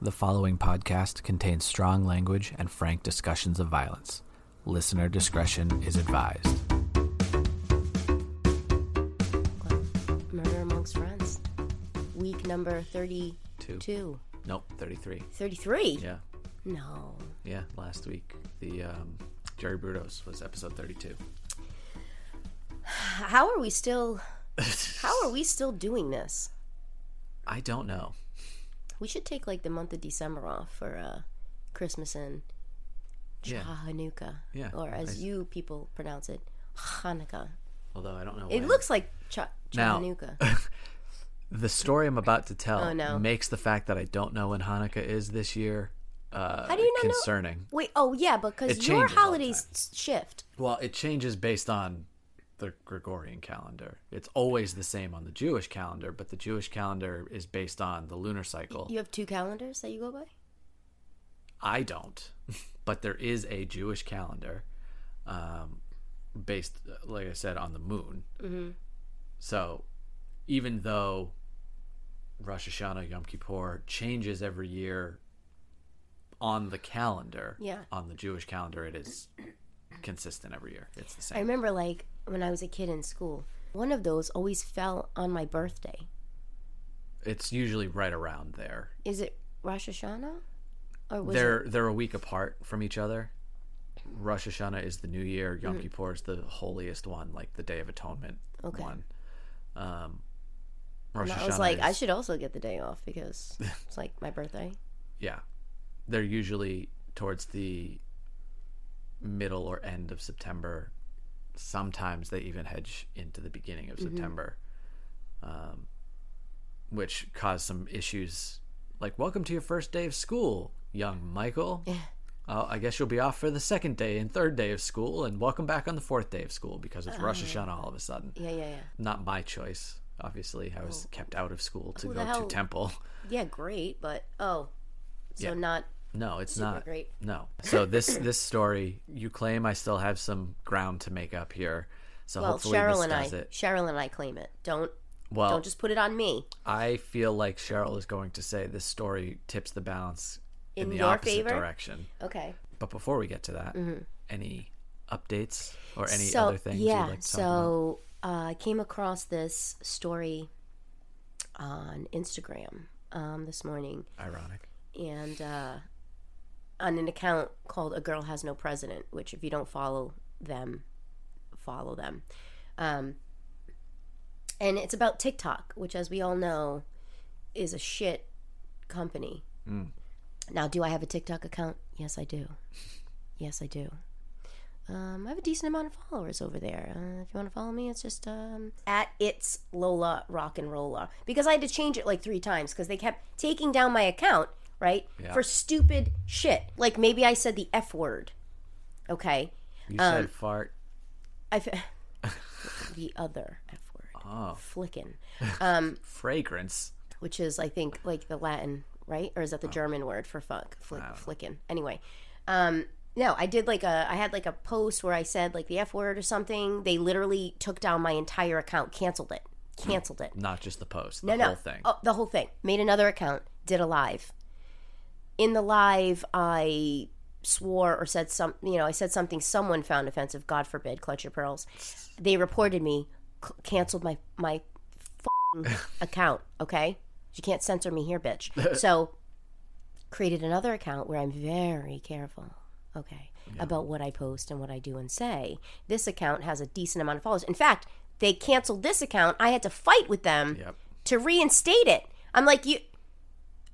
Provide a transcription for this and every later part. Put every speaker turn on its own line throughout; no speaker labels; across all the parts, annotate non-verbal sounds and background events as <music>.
The following podcast contains strong language and frank discussions of violence. Listener discretion is advised.
Murder Amongst Friends. Week number 32.
Two. Nope, 33.
33?
Yeah,
No.
yeah. Last week, the um, Jerry Brutos was episode 32.
How are
<laughs>
we still How are we still doing this?
I don't know.
We should take like the month of December off for uh Christmas and
Yeah.
Hanukkah.
Yeah,
Or
I
as
s-
you people pronounce it, Hanukkah.
Although I don't know.
It
when.
looks like Ch-
Now-
Hanukkah.
<laughs> the story I'm about to tell
Oh, no.
makes the fact that I don't know when Hanukkah is this year uh,
How do you not know?
concerning.
Wait, oh yeah,
It
because your
changes all the
holidays s- shift.
Well, it changes based on the Gregorian calendar. It's always the same on the Jewish calendar, but the Jewish calendar is based on the lunar cycle.
You have two calendars that you go by?
I don't, but there is a Jewish calendar um, based, like I said, on the moon. So even though Rosh Hashanah, Yom Kippur changes every year on the calendar,
Yeah.
on the Jewish calendar, it is consistent every year. It's the
I
same.
remember like when I was a kid in school, one of those always fell on my birthday.
It's usually right around there.
Is it Rosh Hashanah? Or was
they're they're a week apart from each other. Rosh Hashanah is the new year. Yom Kippur is the holiest one, like the Day of Atonement
Mm-hmm. Okay.
one. Um, Rosh
it?
Hashanah
I was like, I
is-
should also get the day off
<laughs>
because it's like my birthday.
yeah. They're usually towards the middle or end of September. Sometimes they even hedge into the beginning of
Mm-hmm.
September, um, which caused some issues. Like, welcome to your first day of school, young Michael. Uh, I guess you'll be off for the second day and third day of school, and welcome back on the fourth day of school because it's
Uh.
Rosh Hashanah all of a sudden.
Yeah, yeah, yeah.
Not my choice, obviously. I was kept out of school to
Oh. Who the
go to
hell-
temple.
Yeah, great, but oh, so
Yeah.
not
No, it's
super
not.
great.
No. So this
<laughs>
this story, you claim I still have some ground to make up here. So
Well,
hopefully
Cheryl
this
and I,
does it. Oh.
Cheryl and I claim it. Don't
Well,
don't just put it on me.
I feel like Cheryl is going to say this story tips the balance in,
In
the
your
opposite
favor?
direction.
Okay.
But before we get to that, any updates or any
so
other things
yeah,
you'd like to talk about?
so uh, I came across this story on Instagram um, this morning.
Ironic.
and uh, on an account called "A Girl Has No President," which if you don't follow them, follow them. Um, and it's about TikTok, which, as we all know, is a shit company. Now, do I have a TikTok account? Yes, I do. Yes, I do. Um, I have a decent amount of followers over there. Uh, if you want to follow me, it's just um, at it's Lola Rock and Rolla because I had to change it like three times because they kept taking down my account right
Yeah.
for stupid shit. Like maybe I said the f word. Okay,
You
um,
said fart.
I f- <laughs> the other f word,
Oh,
flickin',
fragrance.
which is I think like the Latin right or is that the German word for fuck? Flick, flickin'. Anyway, um, no, I did like a I had like a post where I said like the f word or something. They literally took down my entire account, canceled it, canceled it.
Not just the post. The
No, no.
whole thing.
Oh, the whole thing. Made another account, did a live. In the live, I swore or said some, you know, I said something someone found offensive. God forbid, clutch your pearls. They reported me, c- canceled my my
<laughs>
f account. Okay, you can't censor me here, bitch.
<laughs>
So, created another account where I'm very careful. Okay, about what I post and what I do and say. This account has a decent amount of followers. In fact, they canceled this account. I had to fight with them
Yep.
to reinstate it. I'm like, you,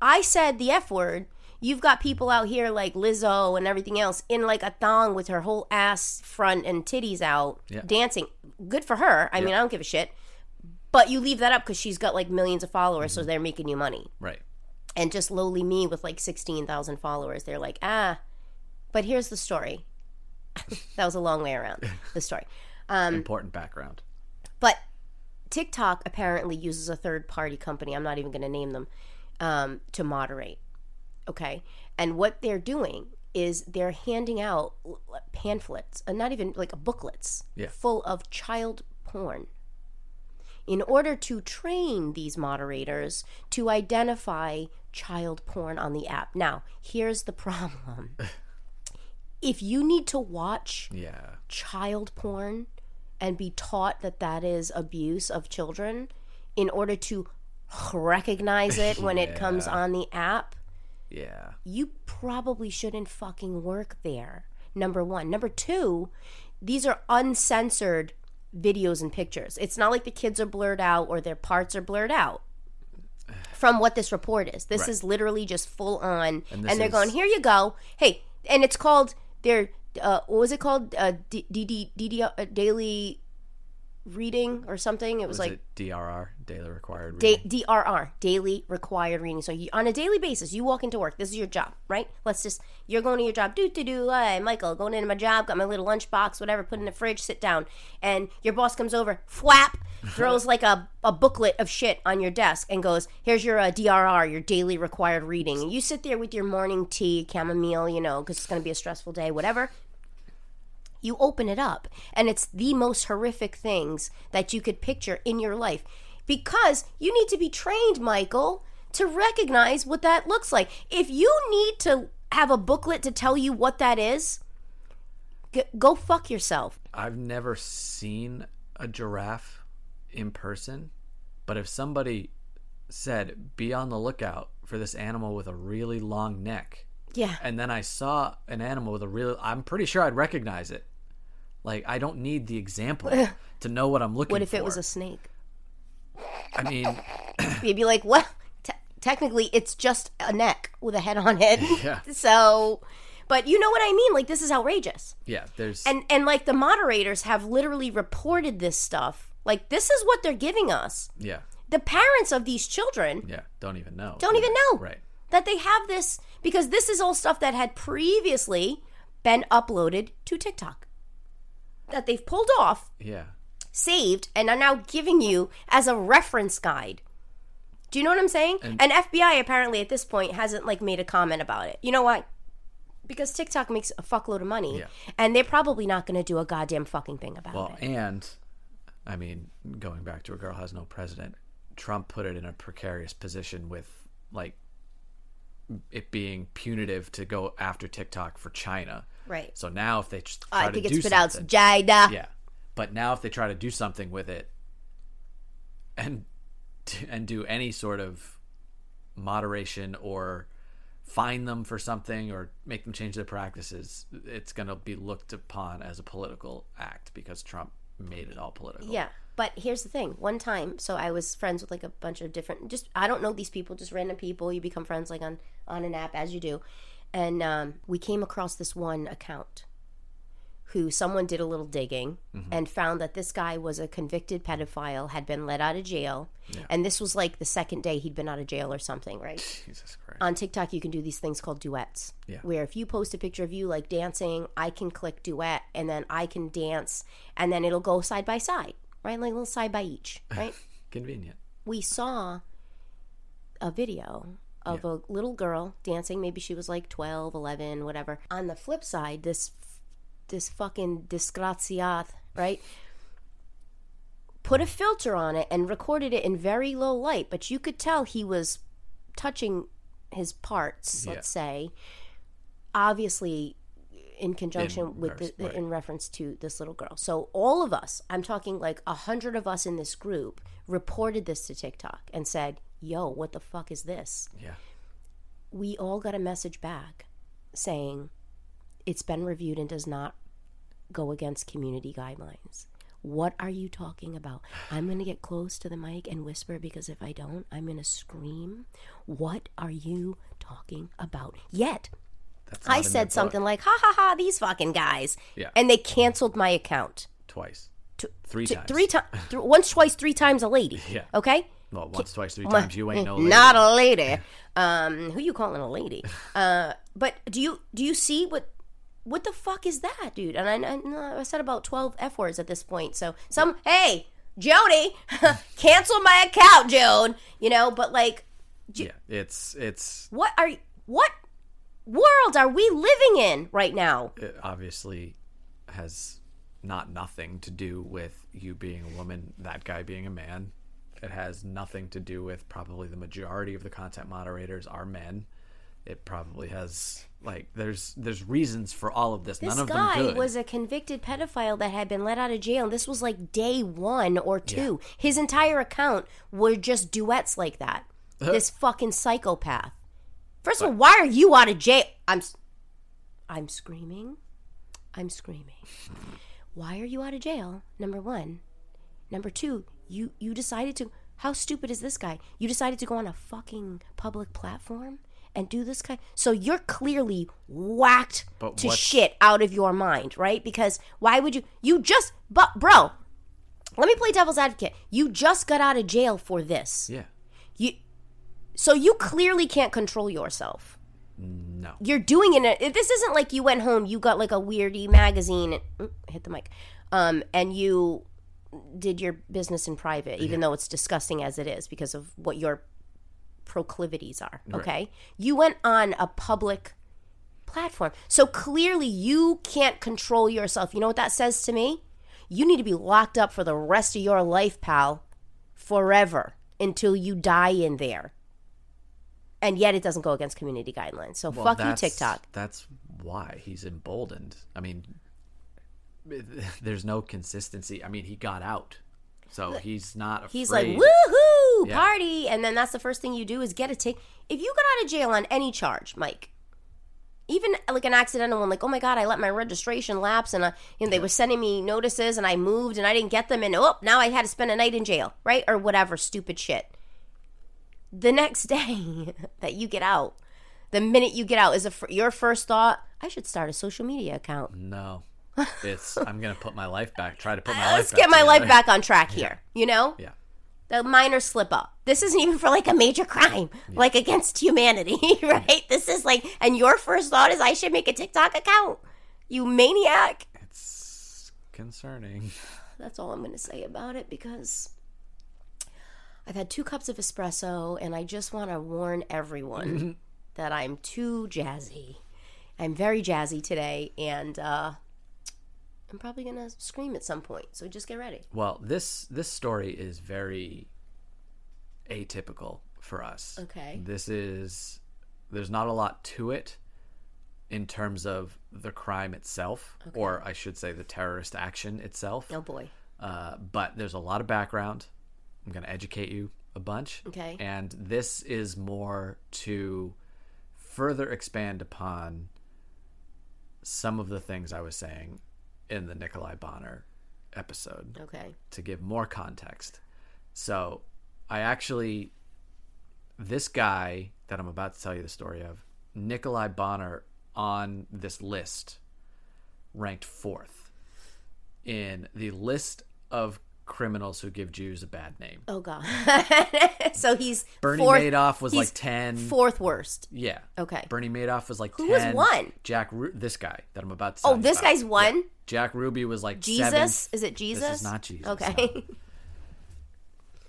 I said the F word. You've got people out here like Lizzo and everything else in like a thong with her whole ass front and titties out
Yeah.
dancing. Good for her. I mean, I don't give a shit. But you leave that up because she's got like millions of followers, so they're making you money.
Right.
And just lowly me with like 16,000 followers, they're like, ah. But here's the story. <laughs> that was a long way around, the story. Um,
Important background.
But TikTok apparently uses a third party company, I'm not even going to name them, um, to moderate. Okay. And what they're doing is they're handing out l- l- pamphlets, uh, not even like booklets,
Yeah.
full of child porn in order to train these moderators to identify child porn on the app. Now, here's the <laughs> problem. if you need to watch
Yeah.
child porn and be taught that that is abuse of children in order to recognize it when it comes on the app,
Yeah.
you probably shouldn't fucking work there. Number one. Number two, these are uncensored videos and pictures. It's not like the kids are blurred out or their parts are blurred out from what this report is. This is literally just full on. And,
this
they're
is-
going, here you go. Hey, and it's called their, uh, what was it called? Uh, D- D- D- D- D- uh, daily reading or something. It was,
Was
like.
it DRR daily required
Da-
reading?
DRR, daily required reading. So you, on a daily basis, you walk into work. This is your job, right? Let's just you're going to your job. Do do do. Hey, Michael, going into my job. Got my little lunchbox, whatever. Put in the fridge. Sit down. And your boss comes over,
<laughs>
flap, throws like a, a booklet of shit on your desk, and goes, "Here's your uh, DRR, your daily required reading." And you sit there with your morning tea, chamomile, you know, because it's going to be a stressful day, whatever you open it up and it's the most horrific things that you could picture in your life because you need to be trained michael to recognize what that looks like if you need to have a booklet to tell you what that is g- go fuck yourself
I've never seen a giraffe in person, but if somebody said, be on the lookout for this animal with a really long neck,
yeah
and then I saw an animal with a really, I'm pretty sure I'd recognize it. Like, I don't need the example to know what I'm looking for.
what if it was a snake
I
<laughs>
mean,
you'd be like well te- technically it's just a neck with a head on it
Yeah.
so but you know what i mean like this is outrageous
yeah, there's.
and and like the moderators have literally reported this stuff like this is what they're giving us
yeah,
the parents of these children
yeah, don't even know.
don't even know
Right.
that they have this because this is all stuff that had previously been uploaded to tiktok that they've pulled off
Yeah.
saved and are now giving you as a reference guide do you know what i'm saying and, fbi apparently at this point hasn't like made a comment about it you know why because tiktok makes a fuckload of money
Yeah.
and they're probably not going to do a goddamn fucking thing about it
Well, and I mean, going back to a girl has no president, Trump put it in a precarious position with like it being punitive to go after TikTok for China.
Right.
So now if they tr- try
I
to
think
do
it's pronounced
something,
Jada.
yeah, but now if they try to do something with it, and and do any sort of moderation or fine them for something or make them change their practices, it's going to be looked upon as a political act because Trump made it all political.
Yeah. But here's the thing. One time, so I was friends with like a bunch of different just I don't know these people, just random people. You become friends like on on an app as you do. And um, we came across this one account who someone did a little digging
Mm-hmm.
and found that this guy was a convicted pedophile, had been let out of jail, and this was like the second day he'd been out of jail or something, right?
Jesus Christ.
on TikTok, you can do these things called duets,
Yeah.
where if you post a picture of you like dancing, I can click duet and then I can dance and then it'll go side by side, right? Like a little side by each, right?
Convenient.
we saw a video of a little girl dancing. Maybe she was like 12, 11, whatever. On the flip side, this this fucking disgraciat, right? Put a filter on it and recorded it in very low light, but you could tell he was touching his parts,
Yeah.
let's say. Obviously, in conjunction
In
with the,
reverse, right.
in reference to this little girl. So all of us, I'm talking like a hundred of us in this group, reported this to TikTok and said, "Yo, what the fuck is this?"
Yeah.
We all got a message back saying it's been reviewed and does not go against community guidelines. What are you talking about? I'm going to get close to the mic and whisper because if I don't, I'm going to scream. What are you talking about? Yet,
That's not
I
in their
said
book.
something like, ha ha ha, these fucking guys.
Yeah.
And they canceled my account.
twice.
T-
Three
t-
times.
Three
<laughs>
Oh, times. once, twice, three times a lady.
Yeah.
Okay?
Well, once, twice, three
Mwah.
times. You
<laughs>
ain't no lady.
Not a lady. um, who you calling a
<laughs>
lady? Uh, but do you do you see what what the fuck is that, dude? And I, I, no, I said about twelve f words at this point. So some hey Jody, <laughs> cancel my account, Joan. You know, but like,
Yeah. It's it's
what are what world are we living in right now?
it obviously has not nothing to do with you being a woman, that guy being a man. It has nothing to do with probably the majority of the content moderators are men. It probably has like there's there's reasons for all of this.
This
None of
guy
them good.
was a convicted pedophile that had been let out of jail, and this was like day one or two. His entire account were just duets
<laughs>
like that. this fucking psychopath. First of all, why are you out of jail? I'm, s- I'm screaming, I'm screaming. Why are you out of jail? Number one, number two, you you decided to. How stupid is this guy? You decided to go on a fucking public platform and do this guy. So you're clearly whacked
But
to
what's-
shit out of your mind, right? Because why would you? You just, but bro, let me play devil's advocate. You just got out of jail for this.
yeah.
You, so you clearly can't control yourself.
No.
You're doing it. in a- This isn't like you went home. You got like a weirdy magazine. And, oop, hit the mic. Um, and you did your business in private, even though it's disgusting as it is because of what your proclivities are. Okay, you went on a public platform, so clearly you can't control yourself. You know what that says to me? You need to be locked up for the rest of your life, pal, forever until you die in there. And yet, it doesn't go against community guidelines. So
Well,
fuck you,
that's-
TikTok.
That's why he's emboldened. I mean, <laughs> there's no consistency. I mean, he got out, so he's not afraid.
He's like, woohoo,
Yeah.
party. And then that's the first thing you do is get a ticket. If you got out of jail on any charge, Mike, even like an accidental one, like, oh my God, I let my registration lapse and, uh, and they were sending me notices and I moved and I didn't get them. And oh, now I had to spend a night in jail, right? Or whatever stupid shit. The next <laughs> day that you get out, the minute you get out, is a fir- your first thought, I should start a social media account.
No,
<laughs>
it's I'm gonna put my life back. Try to put my
Uh, Let's
life.
get
back
my life
together.
back on track here, you know?
Yeah,
the minor slip up. This isn't even for like a major crime, like against humanity, <laughs> right? This is like, and your first thought is, I should make a TikTok account. You maniac.
it's concerning.
That's all I'm going to say about it because I've had two cups of espresso and I just want to warn
<laughs>
everyone that I'm too jazzy. I'm very jazzy today and uh, I'm probably going to scream at some point. So just get ready.
Well, this this story is very atypical for us.
Okay.
This is there's not a lot to it in terms of the crime itself, or I should say the terrorist action itself.
Oh boy.
Uh, but there's a lot of background. I'm going to educate you a bunch.
Okay.
And this is more to further expand upon some of the things I was saying in the Nikolai Bonner episode
Okay.
to give more context. So I actually, this guy that I'm about to tell you the story of, Nikolai Bonner, on this list ranked fourth in the list of criminals who give Jews a bad name.
Oh God. <laughs> so he's
Bernie
fourth-
Madoff was
he's
like 10.
Fourth worst.
yeah.
Okay.
Bernie Madoff was like
Who
10.
was one?
Jack, Ru- this guy that I'm about to tell
Oh,
you
this
about.
guy's one?
Jack Ruby was like
Jesus?
seventh.
Is it Jesus?
This is not Jesus.
Okay. <laughs>
no.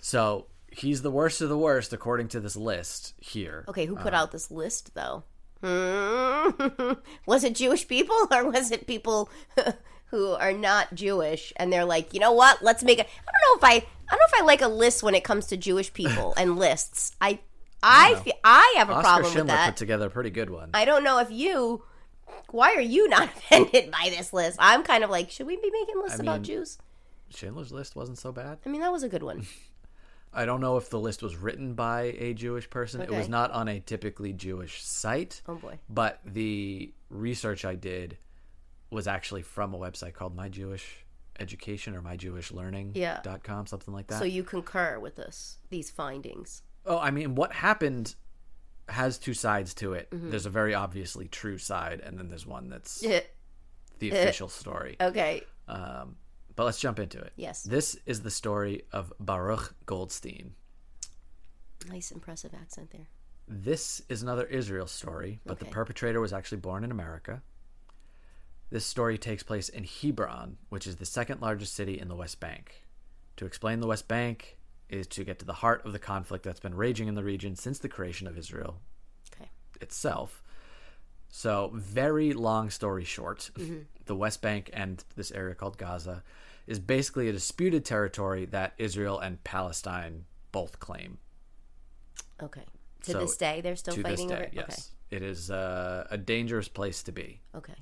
So he's the worst of the worst according to this list here.
okay, who put out this list though? Hmm. <laughs> was it Jewish people <laughs> or was it people who are not Jewish and they're like, you know what? Let's make a I don't know if I I don't know if I like a list when it comes to Jewish people
<laughs>
and lists. I I feel, I have a
Oscar
problem
Schindler
with that.
put together a pretty good one.
I don't know if you why are you not <laughs> offended by this list? I'm kind of like, should we be making lists about
mean-
Jews?
Schindler's List wasn't so bad.
I mean, that was a good one.
I don't know if the list was written by a Jewish person. It was
Okay.
not on a typically Jewish site,
Oh boy.
but the research I did was actually from a website called My Jewish Education or myjewishlearning.com,
Yeah.
something like that.
So you concur with this these findings.
Oh, I mean, what happened has two sides to it.
Mm-hmm.
There's a very obviously true side, and then there's one that's
<laughs>
the official story.
okay.
Um, but let's jump into it.
Yes.
This is the story of Baruch Goldstein.
Nice impressive accent there.
This is another Israel story, but the
Okay.
perpetrator was actually born in America. This story takes place in Hebron, which is the second largest city in the West Bank. To explain the West Bank is to get to the heart of the conflict that's been raging in the region since the creation of Israel
Okay.
itself. So, very long story short, <laughs> the West Bank and this area called Gaza is basically a disputed territory that Israel and Palestine both claim
Okay. To
So,
this day, they're still
to this
fighting over
day.
it?
Yes, it is uh, a dangerous place to be.
Okay. Okay.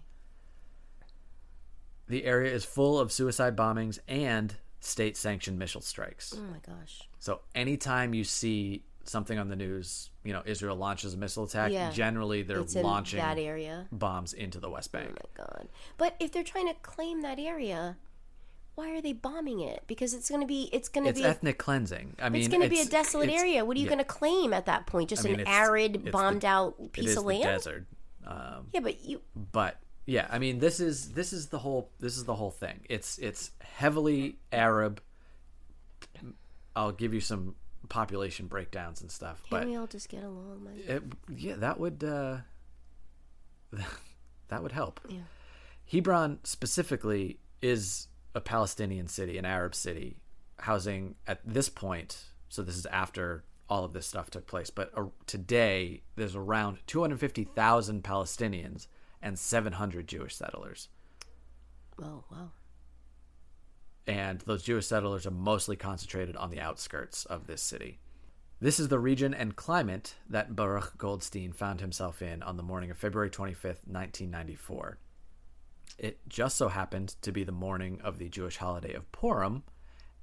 The area is full of suicide bombings and state-sanctioned missile strikes.
Oh my gosh.
So anytime you see something on the news, you know Israel launches a missile attack.
Yeah.
Generally, they're
It's in
launching
that area. Oh
bombs into the West Bank.
my god. But if they're trying to claim that area, why are they bombing it? Because it's going to be it's going to
It's
be
ethnic cleansing. I mean,
it's going to be a
it's-
desolate
it's-
area. What are you
yeah.
going to claim at that point? Just
mean,
an
it's-
arid,
it's the-
bombed out
It
piece
is
of
the
land?
desert. Um,
Yeah, but you
but yeah i mean this is this is the whole this is the whole thing it's it's heavily arab i'll give you some population breakdowns and stuff
can
but
we all just get along, man?
it, yeah that would uh <laughs> that would help hebron specifically is a palestinian city an arab city housing at this point so this is after all of this stuff took place but uh, today there's around 250000 palestinians and 700 jewish settlers
Oh, wow.
and those Jewish settlers are mostly concentrated on the outskirts of this city. This is the region and climate that Baruch Goldstein found himself in on the morning of February 25th, 1994. It just so happened to be the morning of the Jewish holiday of Purim,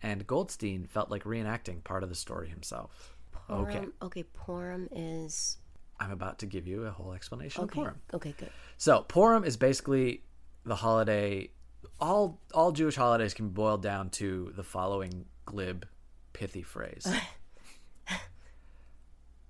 and Goldstein felt like reenacting part of the story himself.
Purim.
Okay.
Okay, Purim is
I'm about to give you a whole explanation
okay.
of Purim.
Okay, good.
So Purim is basically the holiday. All all Jewish holidays can be boiled down to the following glib, pithy phrase: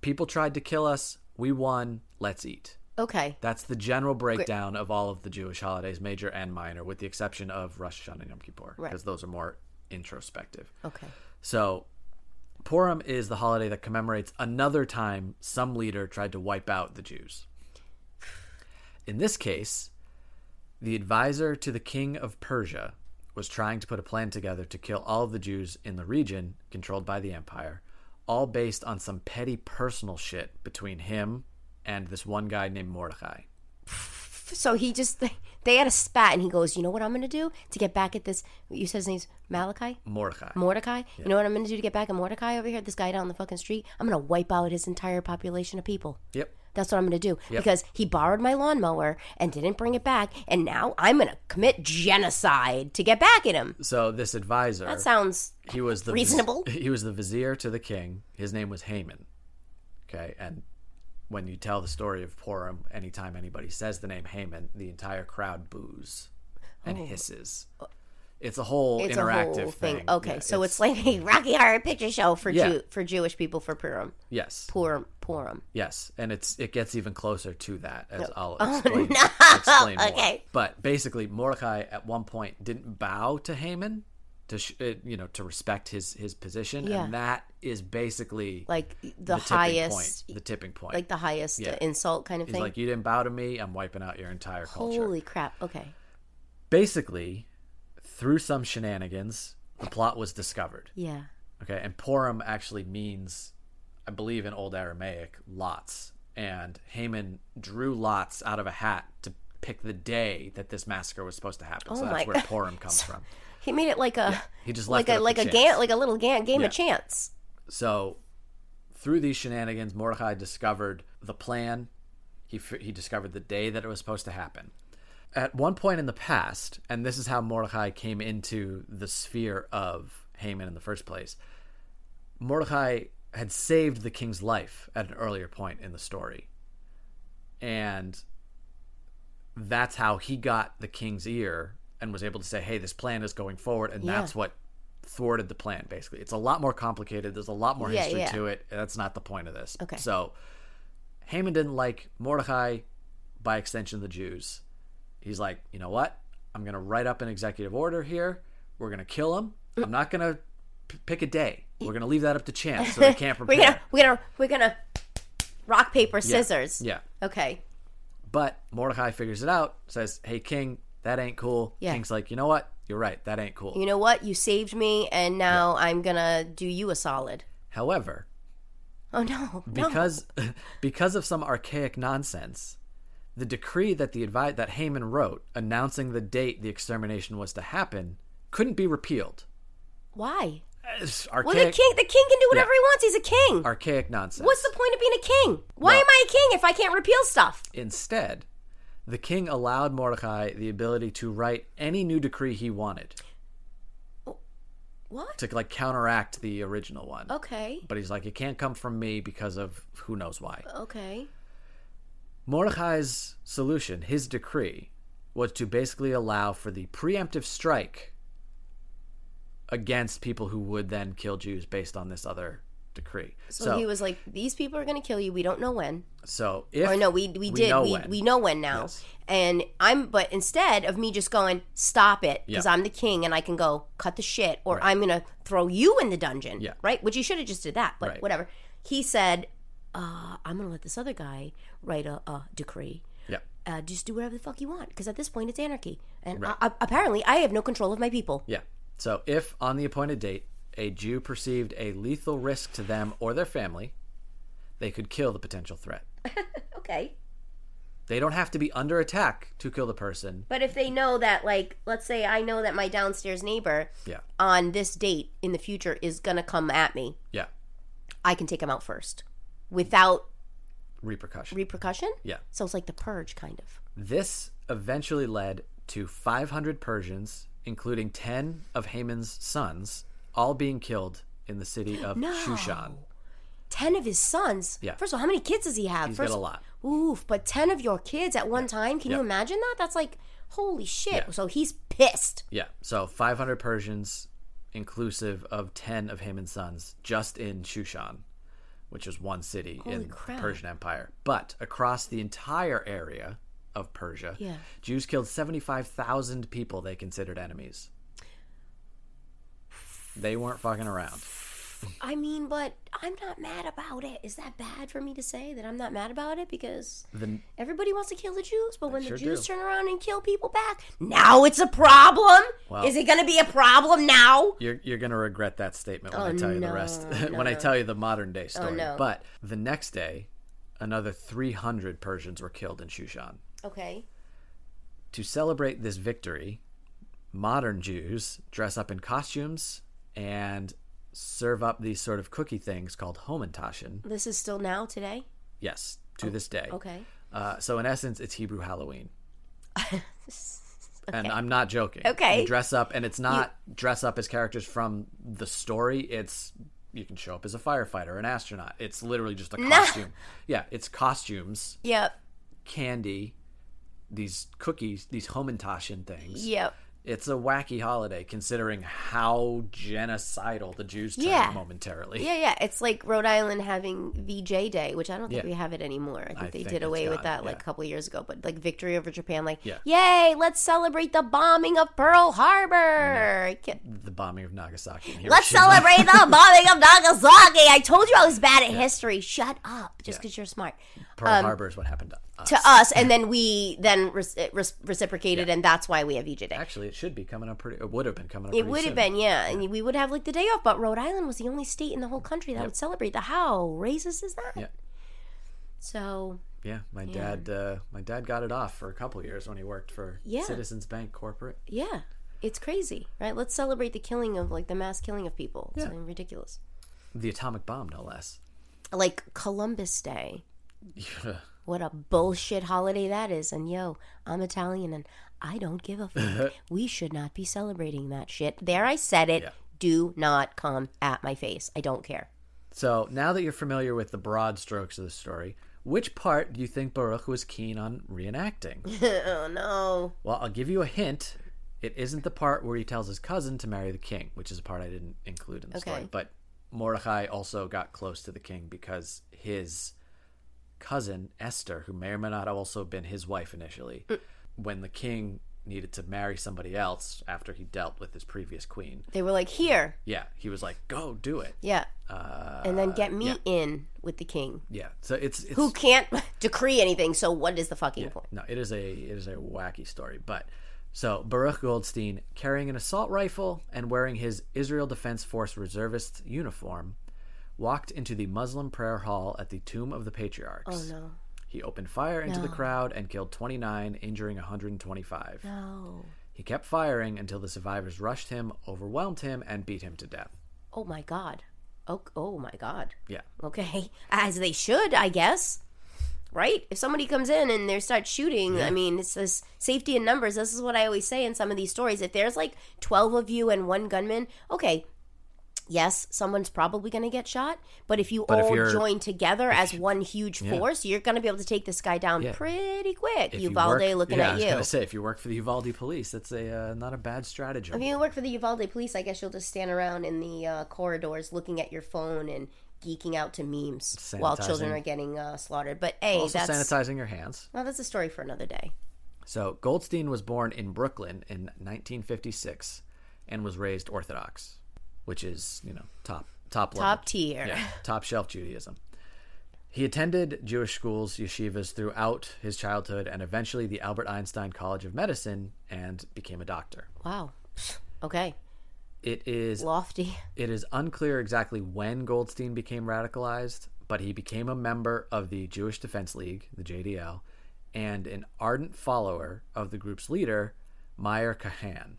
"People tried to kill us. We won. Let's eat."
Okay.
That's the general breakdown of all of the Jewish holidays, major and minor, with the exception of Rosh Hashanah and Yom Kippur, because
Right.
those are more introspective.
Okay.
So, Purim is the holiday that commemorates another time some leader tried to wipe out the Jews. In this case, the advisor to the king of Persia was trying to put a plan together to kill all of the Jews in the region controlled by the empire, all based on some petty personal shit between him and this one guy named Mordecai.
So he just they, they had a spat and he goes, "You know what I'm going to do to get back at this you said his name's Malachi?
Mordecai.
Mordecai. You know what I'm going to do to get back at Mordecai over here? This guy down the fucking street. I'm going to wipe out his entire population of people.
Yep.
That's what I'm going to do
Yep.
because he borrowed my lawnmower and didn't bring it back, and now I'm going to commit genocide to get back at him.
So this advisor
That sounds
he was the
Reasonable.
<laughs> he was the vizier to the king. His name was Haman. Okay, and when you tell the story of Purim, anytime anybody says the name Haman, the entire crowd boos and hisses. It's a whole
Oh. it's
interactive
a whole
thing.
thing. Okay,
Yeah,
so it's, like a Rocky Horror Picture Show for
Yeah.
Jew, for Jewish people for Purim,
yes,
Purim, Purim.
yes, and it's it gets even closer to that as
<laughs>
I'll explain, explain more.
Oh, Okay.
But basically, Mordecai at one point didn't bow to Haman to sh- uh, you know to respect his his position,
Yeah.
and that is basically
Like the,
tipping
highest,
point, the tipping point.
like the highest uh, insult kind of
He's
thing.
like, you didn't bow to me. I'm wiping out your entire culture.
Holy crap! Okay,
Basically, through some shenanigans, the plot was discovered.
yeah.
Okay, and Purim actually means, I believe, in Old Aramaic, lots. And Haman drew lots out of a hat to pick the day that this massacre was supposed to happen. so
Oh my
that's where
God.
Purim
<laughs>
comes from.
He made it like <laughs> a
He just left
like a
it up
like
to
a
chance.
game like a little ga- game
Yeah.
of chance.
So, through these shenanigans, Mordecai discovered the plan. He f- he discovered the day that it was supposed to happen. At one point in the past, and this is how Mordecai came into the sphere of Haman in the first place. Mordecai had saved the king's life at an earlier point in the story, and that's how he got the king's ear and was able to say, "Hey, this plan is going forward," and
Yeah.
that's what thwarted the plan basically it's a lot more complicated there's a lot more
Yeah,
history
yeah.
to it that's not the point of this
Okay.
so haman didn't like mordecai by extension the jews he's like you know what i'm gonna write up an executive order here we're gonna kill him i'm not gonna p- pick a day we're gonna leave that up to chance
<laughs>
so they can't prepare
We're gonna we're gonna we're gonna rock paper scissors.
yeah
Okay.
But Mordecai figures it out, says, Hey, King, that ain't cool.
Yeah.
King's like, You know what? You're right. That ain't cool.
You know what? You saved me, and now I'm gonna do you a solid.
However,
Oh no! no.
because <laughs> because of some archaic nonsense, the decree that the advi- that Haman wrote announcing the date the extermination was to happen couldn't be repealed.
why?
It's
Well, the
archaic,
king, the king can do whatever
Yeah.
he wants. He's a king.
archaic nonsense.
What's the point of being a king? Why
Well-
am I a king if I can't repeal stuff?
Instead, the king allowed Mordecai the ability to write any new decree he wanted
What?
to like counteract the original one.
Okay.
But he's like, it can't come from me because of who knows why.
Okay.
Mordecai's solution, his decree, was to basically allow for the preemptive strike against people who would then kill Jews based on this other decree.
So,
So,
he was like, "These people are going to kill you. We don't know when."
so if
Or no, we we did.
know
we
when.
we know when now.
Yes.
And I'm but instead of me just going, "Stop it," because
Yeah.
I'm the king and I can go cut the shit, or I'm going to throw you in the dungeon.
Yeah.
Right. Which he should have just did that, but
Right.
whatever. He said, uh, "I'm going to let this other guy write a, a decree."
yeah,
Uh, just do whatever the fuck you want, because at this point it's anarchy, and I, I- apparently I have no control of my people.
yeah. So if on the appointed date a Jew perceived a lethal risk to them or their family, they could kill the potential threat.
Okay,
They don't have to be under attack to kill the person.
but if they know that, like, let's say I know that my downstairs neighbor
Yeah.
on this date in the future is gonna come at me,
Yeah.
I can take him out first without
Repercussion.
repercussion.
yeah.
So it's like the purge, kind of.
This eventually led to 500 Persians, including 10 of Haman's sons, all being killed in the city of
<gasps> No.
Shushan.
Ten of his sons.
Yeah.
First of all, how many kids does he have?
He's
First,
got a lot.
Oof, but ten of your kids at one time. Can you
Yeah.
imagine that? That's like holy shit.
Yeah.
So he's pissed.
Yeah, so 500 Persians, inclusive of 10 of Haman's sons, just in Shushan, which is one city in
crap.
the Persian Empire. But across the entire area of Persia,
Yeah.
Jews killed 75,000 people they considered enemies. They weren't fucking around.
I mean, but I'm not mad about it. Is that bad for me to say that I'm not mad about it? Because
The
everybody wants to kill the Jews, but when
sure
the Jews
do.
turn around and kill people back, now it's a problem.
Well-
Is it going to be a problem now?
You're you're gonna regret that statement when
Oh,
I tell you
no,
the rest.
no,
<laughs> when I
no. Oh,
tell you the modern day story.
no.
But the next day, another 300 Persians were killed in Shushan.
Okay.
To celebrate this victory, modern Jews dress up in costumes and serve up these sort of cookie things called homentashen.
This is still now today?
Yes, to this day.
Oh, <laughs> Okay.
Uh, so in essence, it's Hebrew Halloween. And I'm not joking.
Okay.
You dress up, and it's not dress up as characters from the story. It's you can show up as a firefighter, an astronaut. It's literally
<laughs>
just a costume. yeah, it's costumes,
Yep.
candy, these cookies, these homentashen things.
Yep.
It's a wacky holiday considering how genocidal the Jews turned
Yeah.
momentarily.
Yeah, yeah. It's like Rhode Island having VJ Day, which I don't think
Yeah.
we have it anymore. I think they
think
did
it's
away with
gone,
that like
yeah.
a couple years ago. But like victory over Japan, like,
Yeah.
yay, let's celebrate the bombing of Pearl Harbor. Ki-
The bombing of Nagasaki. and
Let's
Hiroshima.
celebrate <laughs> the bombing of Nagasaki. I told you I was bad at history. Shut up, just because you're smart.
Pearl
um,
Harbor is what happened to us.
To us, and then we then re- re- reciprocated, and that's why we have VJ Day.
Actually, it should be coming up pretty. It would have been coming up.
It
pretty
would have
soon.
been, yeah. And we would have like the day off, but Rhode Island was the only state in the whole country that would celebrate the how racist is that?
Yeah.
So
Yeah, my dad. Uh, my dad got it off for a couple years when he worked for
Yeah.
Citizens Bank Corporate.
yeah. It's crazy, right? Let's celebrate the killing of like the mass killing of people. It's
Yeah.
something ridiculous.
The atomic bomb, no less. <laughs>
Like Columbus Day.
Yeah.
What a bullshit holiday that is. And yo, I'm Italian and I don't give
<laughs>
a fuck. we should not be celebrating that shit. There I said it.
Yeah.
Do not come at my face. I don't care. <laughs>
So now that you're familiar with the broad strokes of the story, which part do you think Baruch was keen on reenacting?
Oh no.
well, I'll give you a hint. It isn't the part where he tells his cousin to marry the king, which is a part I didn't include in the
Okay.
story. But Mordecai also got close to the king because his cousin Esther, who may or may not have also been his wife initially,
Mm.
when the king needed to marry somebody else after he dealt with his previous queen,
They were like, here.
yeah, he was like, "Go do it."
Yeah. and then get me in with the king,
Yeah, so it's it's
who can't <laughs> decree anything. So what is the fucking point?
No, it is a it is a wacky story. But so Baruch Goldstein, carrying an assault rifle and wearing his Israel Defense Force reservist uniform, walked into the Muslim prayer hall at the Tomb of the Patriarchs.
Oh no,
He opened fire into the crowd and killed 29, injuring 125.
no,
He kept firing until the survivors rushed him, overwhelmed him, and beat him to death.
Oh my god. Oh, oh my god.
Yeah.
Okay. <laughs> As they should, I guess. Right? If somebody comes in and they start shooting, I mean, it's this safety in numbers. This is what I always say in some of these stories. If there's like 12 of you and one gunman, okay, yes, someone's probably going to get shot. But if you
But if
all
you're-
join together as one huge force, you're going to be able to take this guy down
Yeah.
pretty quick.
If you
Uvalde
work-
looking
yeah, I
at
was <laughs>
you.
gonna say if you work for the Uvalde police, that's a uh, not a bad stratagem.
If you work for the Uvalde police, I guess you'll just stand around in the uh, corridors looking at your phone and geeking out to memes while children
Sanitizing.
are getting uh, slaughtered. But hey,
also
that's
sanitizing your hands.
well, that's a story for another day.
So Goldstein was born in Brooklyn in 1956 and was raised Orthodox, which is you know top top level.
Top tier.
yeah, top shelf Judaism. He attended Jewish schools, yeshivas throughout his childhood, and eventually the Albert Einstein College of Medicine, and became a doctor.
Wow. <sighs> Okay.
It is
Lofty.
it is unclear exactly when Goldstein became radicalized, but he became a member of the Jewish Defense League, the JDL, and an ardent follower of the group's leader, Meyer Kahan.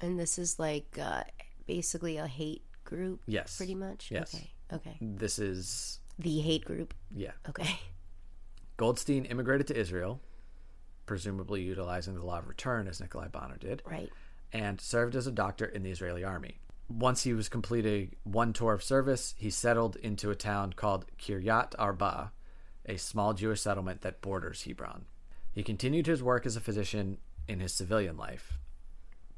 And this is like uh, basically a hate group.
Yes.
Pretty much.
Yes.
Okay. Okay.
This is
The hate group.
yeah.
Okay. <laughs>
Goldstein immigrated to Israel, presumably utilizing the law of return as Nikolai Bonner did.
Right.
and served as a doctor in the Israeli army. Once he was completing one tour of service, he settled into a town called Kiryat Arba, a small Jewish settlement that borders Hebron. He continued his work as a physician in his civilian life,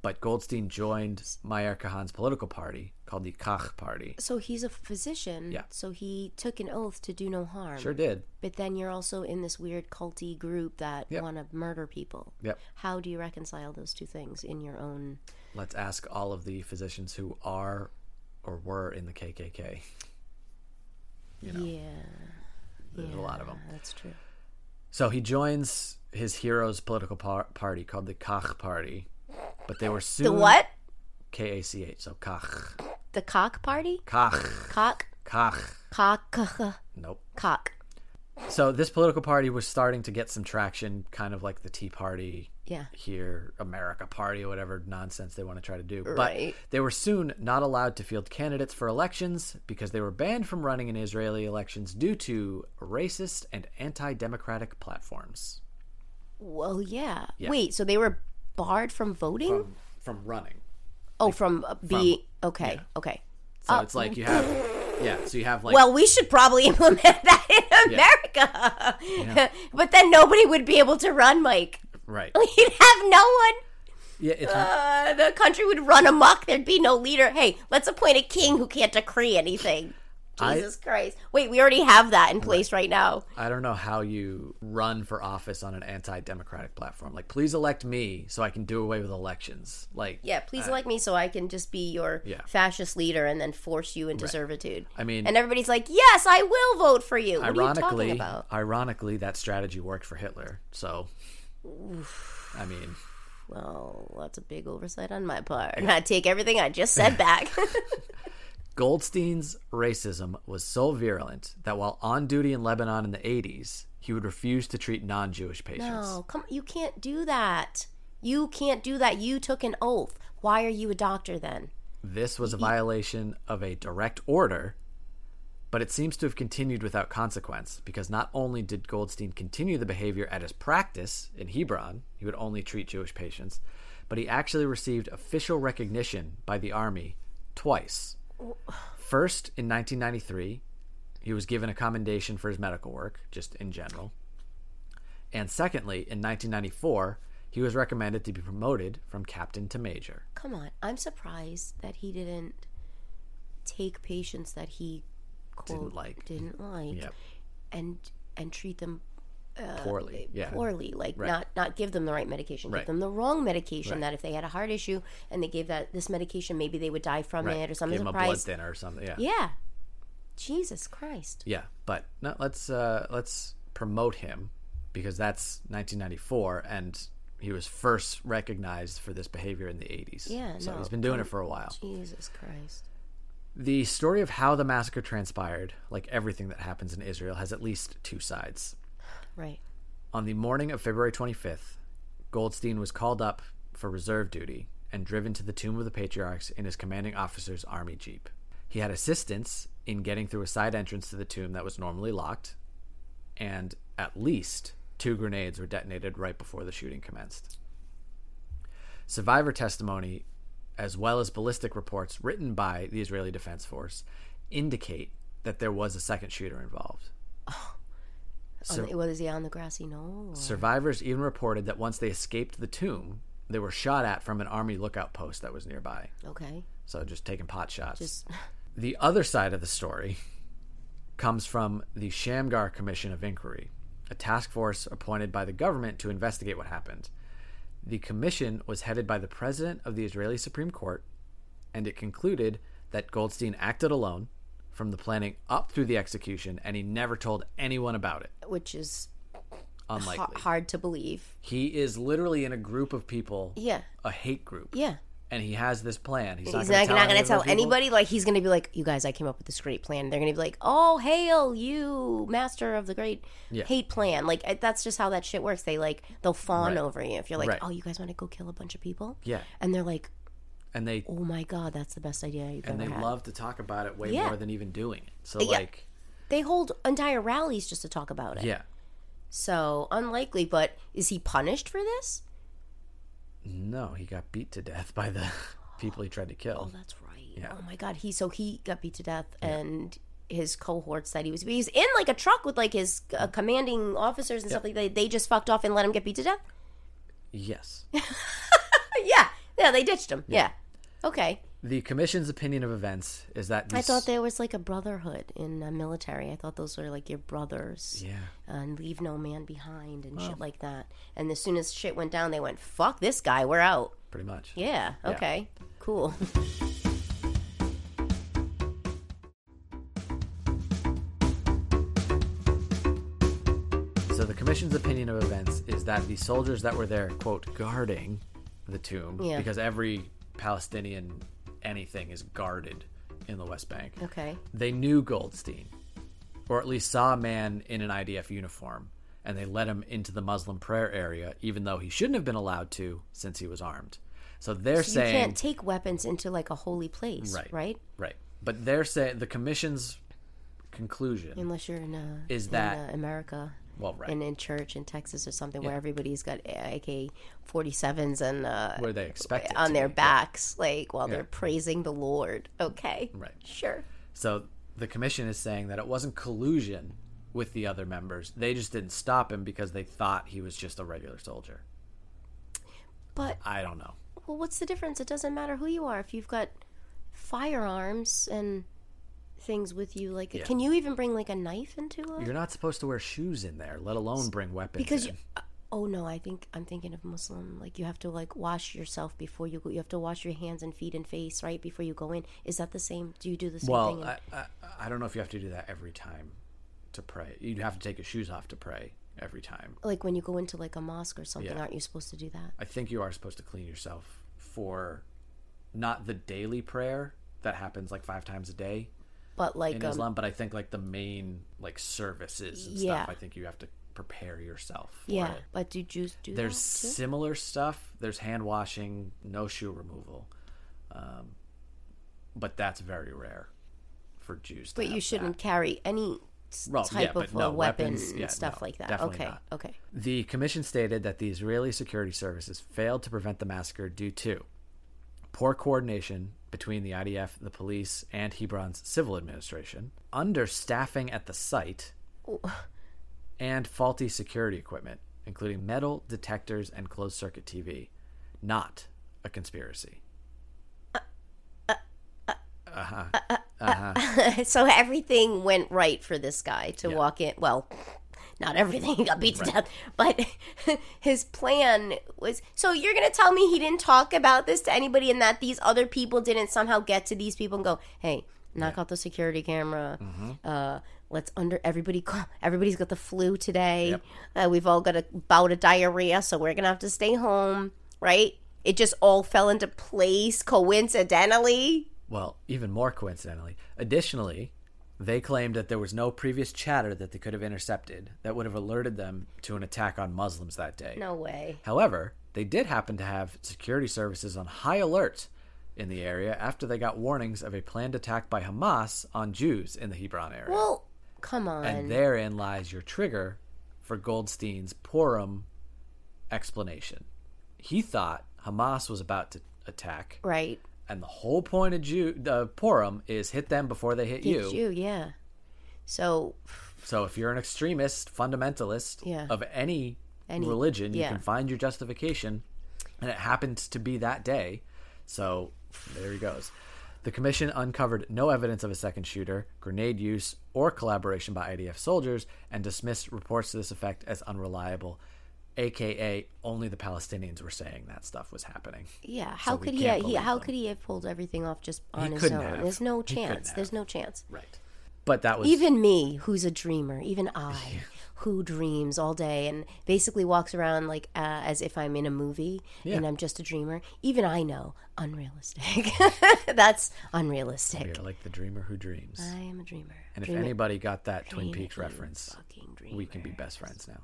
but Goldstein joined Meyer Kahan's political party called the Kach Party.
So he's a physician.
Yeah.
So he took an oath to do no harm.
Sure did.
But then you're also in this weird culty group that
Yep.
want to murder people.
Yep.
How do you reconcile those two things in your own?
Let's ask all of the physicians who are or were in the KKK.
Yeah,
There's a lot of them.
that's true.
So he joins his hero's political par- party called the Kach Party, but they were soon
The what?
K A C H. So Kach,
The cock party?
Kach,
Cock,
Kach.
cock, <laughs> cock,
Nope.
cock.
So this political party was starting to get some traction, kind of like the Tea Party
Yeah.
here, America Party, or whatever nonsense they want to try to do.
Right.
But they were soon not allowed to field candidates for elections because they were banned from running in Israeli elections due to racist and anti-democratic platforms
Well, yeah. Wait, so they were barred from voting?
from from running.
oh, from uh, being okay, okay.
So it's like you have, yeah. So you have like
Uh, Well, we should probably <laughs> implement that in America. <laughs> but then nobody would be able to run, Mike. <laughs>
right.
You'd have no one.
Yeah, it's
Uh, the country would run amok. There'd be no leader. Hey, let's appoint a king who can't decree anything.
I-
Jesus Christ. Wait, we already have that in place right now.
I don't know how you run for office on an anti-democratic platform. Like, please elect me so I can do away with elections. Like,
Yeah, please elect me so I can just be your
Yeah.
fascist leader and then force you into servitude.
I mean,
and everybody's like, yes, I will vote for you. What are you talking
ironically,
about?
ironically, that strategy worked for Hitler. So, I mean,
Well, that's a big oversight on my part. <laughs> I take everything I just
<laughs>
said back. <laughs>
Goldstein's racism was so virulent that while on duty in Lebanon in the '80s, he would refuse to treat non-Jewish patients.
No, Oh, come you can't do that. You can't do that. You took an oath. Why are you a doctor then?
This was a violation of a direct order, but it seems to have continued without consequence because not only did Goldstein continue the behavior at his practice in Hebron, he would only treat Jewish patients, but he actually received official recognition by the army twice. First in 1993, he was given a commendation for his medical work, just in general. And secondly, in 1994, he was recommended to be promoted from captain to major.
Come on. I'm surprised that he didn't take patients that he quote,
Didn't like.
didn't like
Yep.
and and treat them
poorly. Yeah.
poorly like not not give them the right medication give
Right.
them the wrong medication that if they had a heart issue and they gave that this medication maybe they would die from it or something
Give him a blood
surprise
thinner or something. Yeah. yeah.
yeah jesus christ
But no, let's uh, let's promote him because that's 1994, and he was first recognized for this behavior in the 80s.
Yeah,
So
no,
he's been doing it for a while.
jesus christ
The story of how the massacre transpired, like everything that happens in Israel, has at least two sides.
right
On the morning of February 25th, Goldstein was called up for reserve duty and driven to the Tomb of the Patriarchs in his commanding officer's army jeep. He had assistance in getting through a side entrance to the tomb that was normally locked, and at least two grenades were detonated right before the shooting commenced. Survivor testimony, as well as ballistic reports written by the Israeli Defense Force, indicate that there was a second shooter involved.
on the, what is he on the grassy knoll? or-
Survivors even reported that once they escaped the tomb, they were shot at from an army lookout post that was nearby.
Okay,
So just taking pot shots.
just
The other side of the story comes from the Shamgar Commission of Inquiry, a task force appointed by the government to investigate what happened. The commission was headed by the president of the Israeli Supreme Court, and it concluded that Goldstein acted alone from the planning up through the execution, and he never told anyone about it.
which is ha-
Unlikely.
hard to believe.
He is literally in a group of people,
Yeah,
a hate group,
yeah.
and he has this plan. He's,
he's
not
not, not
going
gonna
to
tell anybody. Like he's gonna be like, "You guys, I came up with this great plan." They're gonna be like, "Oh, hail you, master of the great
Yeah.
hate plan!" Like I- that's just how that shit works. They like they'll fawn
Right.
over you if you're like,
Right.
"Oh, you guys want to go kill a bunch of people?"
Yeah,
and they're like,
and they
"Oh my god, that's the best idea you've
and
ever
they
had."
love to talk about it way
Yeah.
more than even doing it. So
Yeah.
like,
they hold entire rallies just to talk about it.
yeah,
So unlikely, but is he punished for this?
no, he got beat to death by the <laughs> people he tried to
Oh,
kill.
that's right.
Yeah.
Oh my god, he so he got beat to death and his cohorts that he was he's in like a truck with like his uh, commanding officers and stuff like that. They just fucked off and let him get beat to death. <laughs>
Yes,
Uh, yeah, yeah, they ditched him. Yeah. Okay.
the commission's opinion of events is that
I
these-
thought there was like a brotherhood in uh, military. I thought those were like your brothers
yeah,
and leave no man behind and shit like that. And as soon as shit went down, they went, "Fuck this guy, we're out."
pretty much.
Yeah. Okay. Cool. <laughs>
So the commission's opinion of events is that the soldiers that were there, quote, guarding the tomb,
Yeah.
because every Palestinian anything is guarded in the West Bank.
Okay.
they knew Goldstein, or at least saw a man in an IDF uniform, and they let him into the Muslim prayer area, even though he shouldn't have been allowed to since he was armed. So they're
You
saying,
can't take weapons into like a holy place,
Right.
right?
right, but they're saying the commission's conclusion,
unless you're in uh,
Is
in,
that-
uh, America
well, right,
and in church in Texas or something where everybody's got AK 47s and uh,
where they expect it
on
to
their
be.
backs, like while
Yeah.
they're praising the Lord. Okay,
Right.
sure.
So the commission is saying that it wasn't collusion with the other members; they just didn't stop him because they thought he was just a regular soldier.
But
I don't know.
well, what's the difference? It doesn't matter who you are if you've got firearms and things with you. Like, can you even bring like a knife into a?
You're not supposed to wear shoes in there, let alone bring weapons.
because
in.
you, uh, oh no i think i'm thinking of muslim like you have to like wash yourself before you go you have to wash your hands and feet and face right before you go in is that the same do you do the same thing
Well,
in-
I, I, I don't know if you have to do that every time to pray. You'd have to take your shoes off to pray every time.
like when you go into like a mosque or something
Yeah.
aren't you supposed to do that
I think you are supposed to clean yourself for not the daily prayer that happens like five times a day
but like
in
um,
Islam, but I think like the main like services and
Yeah.
stuff. I think you have to prepare yourself. For
yeah
it.
but do jews do
There's
that too?
similar stuff. There's hand washing, no shoe removal, um, but that's very rare for Jews. To
but
have
you
that.
shouldn't carry any s-
Well, yeah,
type
but
of
no,
a weapon
weapons- yeah,
and stuff
no,
like that
definitely
okay
not.
okay
The commission stated that the Israeli security services failed to prevent the massacre due to poor coordination between the IDF, the police, and Hebron's civil administration, understaffing at the site, and faulty security equipment, including metal detectors and closed circuit TV. Not a conspiracy.
<laughs> so everything went right for this guy to walk in. Well, not everything. <laughs> He got beat to death, but <laughs> his plan was. So you're gonna tell me he didn't talk about this to anybody, and that these other people didn't somehow get to these people and go, "Hey, knock out the security camera. Uh, let's under everybody. Call, everybody's got the flu today.
Yep.
Uh, we've all got a bout of diarrhea, so we're gonna have to stay home, right?" It just all fell into place coincidentally.
Well, even more coincidentally. Additionally, they claimed that there was no previous chatter that they could have intercepted that would have alerted them to an attack on Muslims that day.
No way.
However, they did happen to have security services on high alert in the area after they got warnings of a planned attack by Hamas on Jews in the Hebron area.
Well, come on.
and therein lies your trigger for Goldstein's Purim explanation. He thought Hamas was about to attack,
right.
and the whole point of Jew, the Purim is hit them before they hit you.
It's you, yeah. So
So if you're an extremist, fundamentalist
Yeah.
of any,
Any-
religion,
yeah.
you can find your justification, and it happens to be that day. So there he goes. The commission uncovered no evidence of a second shooter, grenade use, or collaboration by IDF soldiers, and dismissed reports to this effect as unreliable. AKA, only the Palestinians were saying that stuff was happening.
yeah, how
we
could he?
can't
he
believe
how
them.
could he have pulled everything off just on his
couldn't
own?
have.
There's no
He couldn't
chance.
have.
There's no chance.
Right. But that was
Even me, who's a
<laughs>
dreamer, even I, who dreams all day and basically walks around like uh, as if I'm in a movie and
Yeah.
I'm just a dreamer. Even I know unrealistic. <laughs> That's unrealistic.
you're like the dreamer who dreams.
I am a dreamer.
and if
Dreamer-
anybody got that Twin
dreamer
Peaks
and
reference,
fucking
we can
dreamer.
be best friends now.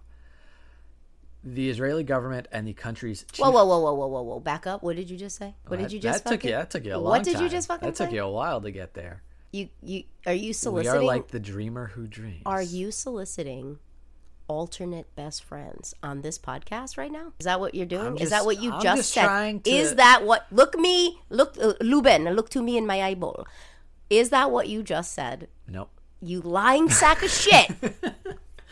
The Israeli government and the country's chief.
Whoa, whoa, whoa, whoa, whoa, whoa, whoa! Back up. What did you just say? What
that,
did you just?
that took
fucking-
you? That took you a long
What did you
time.
just fucking
That took
say?
you a while to get there.
You, you, are you soliciting?
We are like the dreamer who dreams.
Are you soliciting alternate best friends on this podcast right now? Is that what you're doing?
I'm
Is that
just-
what you
I'm
just,
just
said?
trying to-
Is that what? Look me, look uh, Luben, look to me in my eyeball. Is that what you just said?
Nope.
You lying sack
<laughs>
of shit.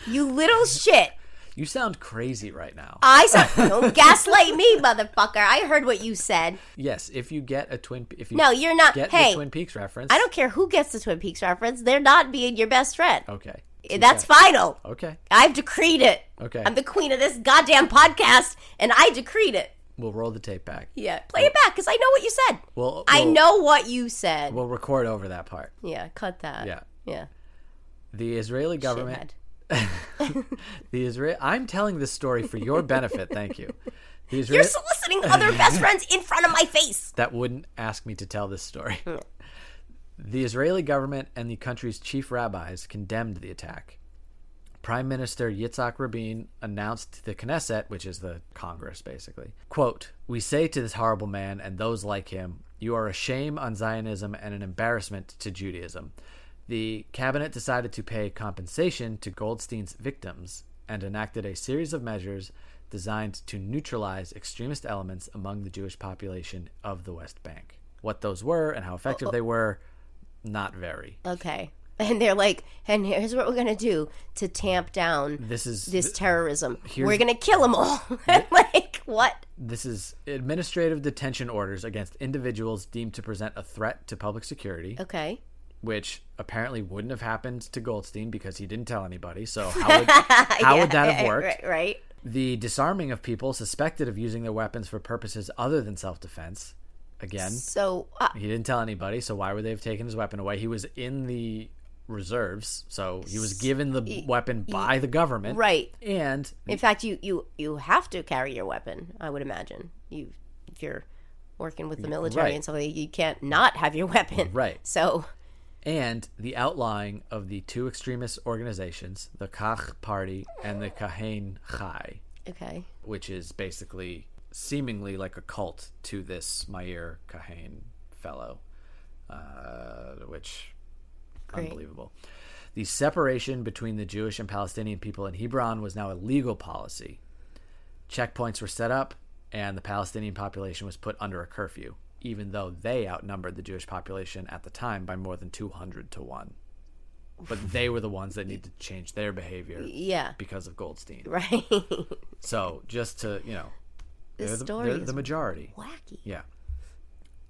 you little shit.
You sound crazy right now.
I said, don't gaslight me, motherfucker. I heard what you said.
yes, if you get a Twin, Pe- if you
No, you're not.
get
hey,
the Twin Peaks reference,
I don't care who gets the Twin Peaks reference. They're not being your best friend.
Okay.
That's final.
Okay.
I've decreed it.
Okay.
I'm the queen of this goddamn podcast, and I decreed it.
We'll roll the tape back.
Yeah. Play it back, because I know what you said.
We'll,
I
we'll-
know what you said.
We'll record over that part.
yeah, cut that.
Yeah.
Yeah.
The Israeli government
Shithead.
The Israel. I'm telling this story for your benefit. Thank you. The Israel
You're
<laughs>
soliciting other best friends in front of my face.
that wouldn't ask me to tell this story. the Israeli government and the country's chief rabbis condemned the attack. Prime Minister Yitzhak Rabin announced to the Knesset, which is the Congress basically, quote, "We say to this horrible man and those like him, you are a shame on Zionism and an embarrassment to Judaism." The cabinet decided to pay compensation to Goldstein's victims and enacted a series of measures designed to neutralize extremist elements among the Jewish population of the West Bank. What those were and how effective they were, not very.
Okay. And they're like, and here's what we're going to do to tamp down
This is
this terrorism.
here's-
We're going to kill them all. <laughs> like, what?
This is administrative detention orders against individuals deemed to present a threat to public security,
Okay.
which apparently wouldn't have happened to Goldstein because he didn't tell anybody.
<laughs>
So how would, how would that have worked?
Eh, Right, right.
The disarming of people suspected of using their weapons for purposes other than self-defense. Again,
So, uh,
he didn't tell anybody, so why would they have taken his weapon away? He was in the reserves, so he was given the weapon by the government.
right.
And
In fact, you you you have to carry your weapon. I would imagine you if you're working with the military
right.
and so you can't not have your <laughs> weapon.
Right.
So
and the outlawing of the two extremist organizations, the Kach Party and the Kahain Chai,
okay,
which is basically seemingly like a cult to this Meir Kahain fellow, uh, which
Great.
unbelievable. The separation between the Jewish and Palestinian people in Hebron was now a legal policy. Checkpoints were set up, and the Palestinian population was put under a curfew, even though they outnumbered the Jewish population at the time by more than 200 to 1. But they were the ones that needed to change their behavior
yeah, <laughs>
because of Goldstein.
right.
So just to you know, they're the,
story
they're
is
the majority.
Wacky.
Yeah.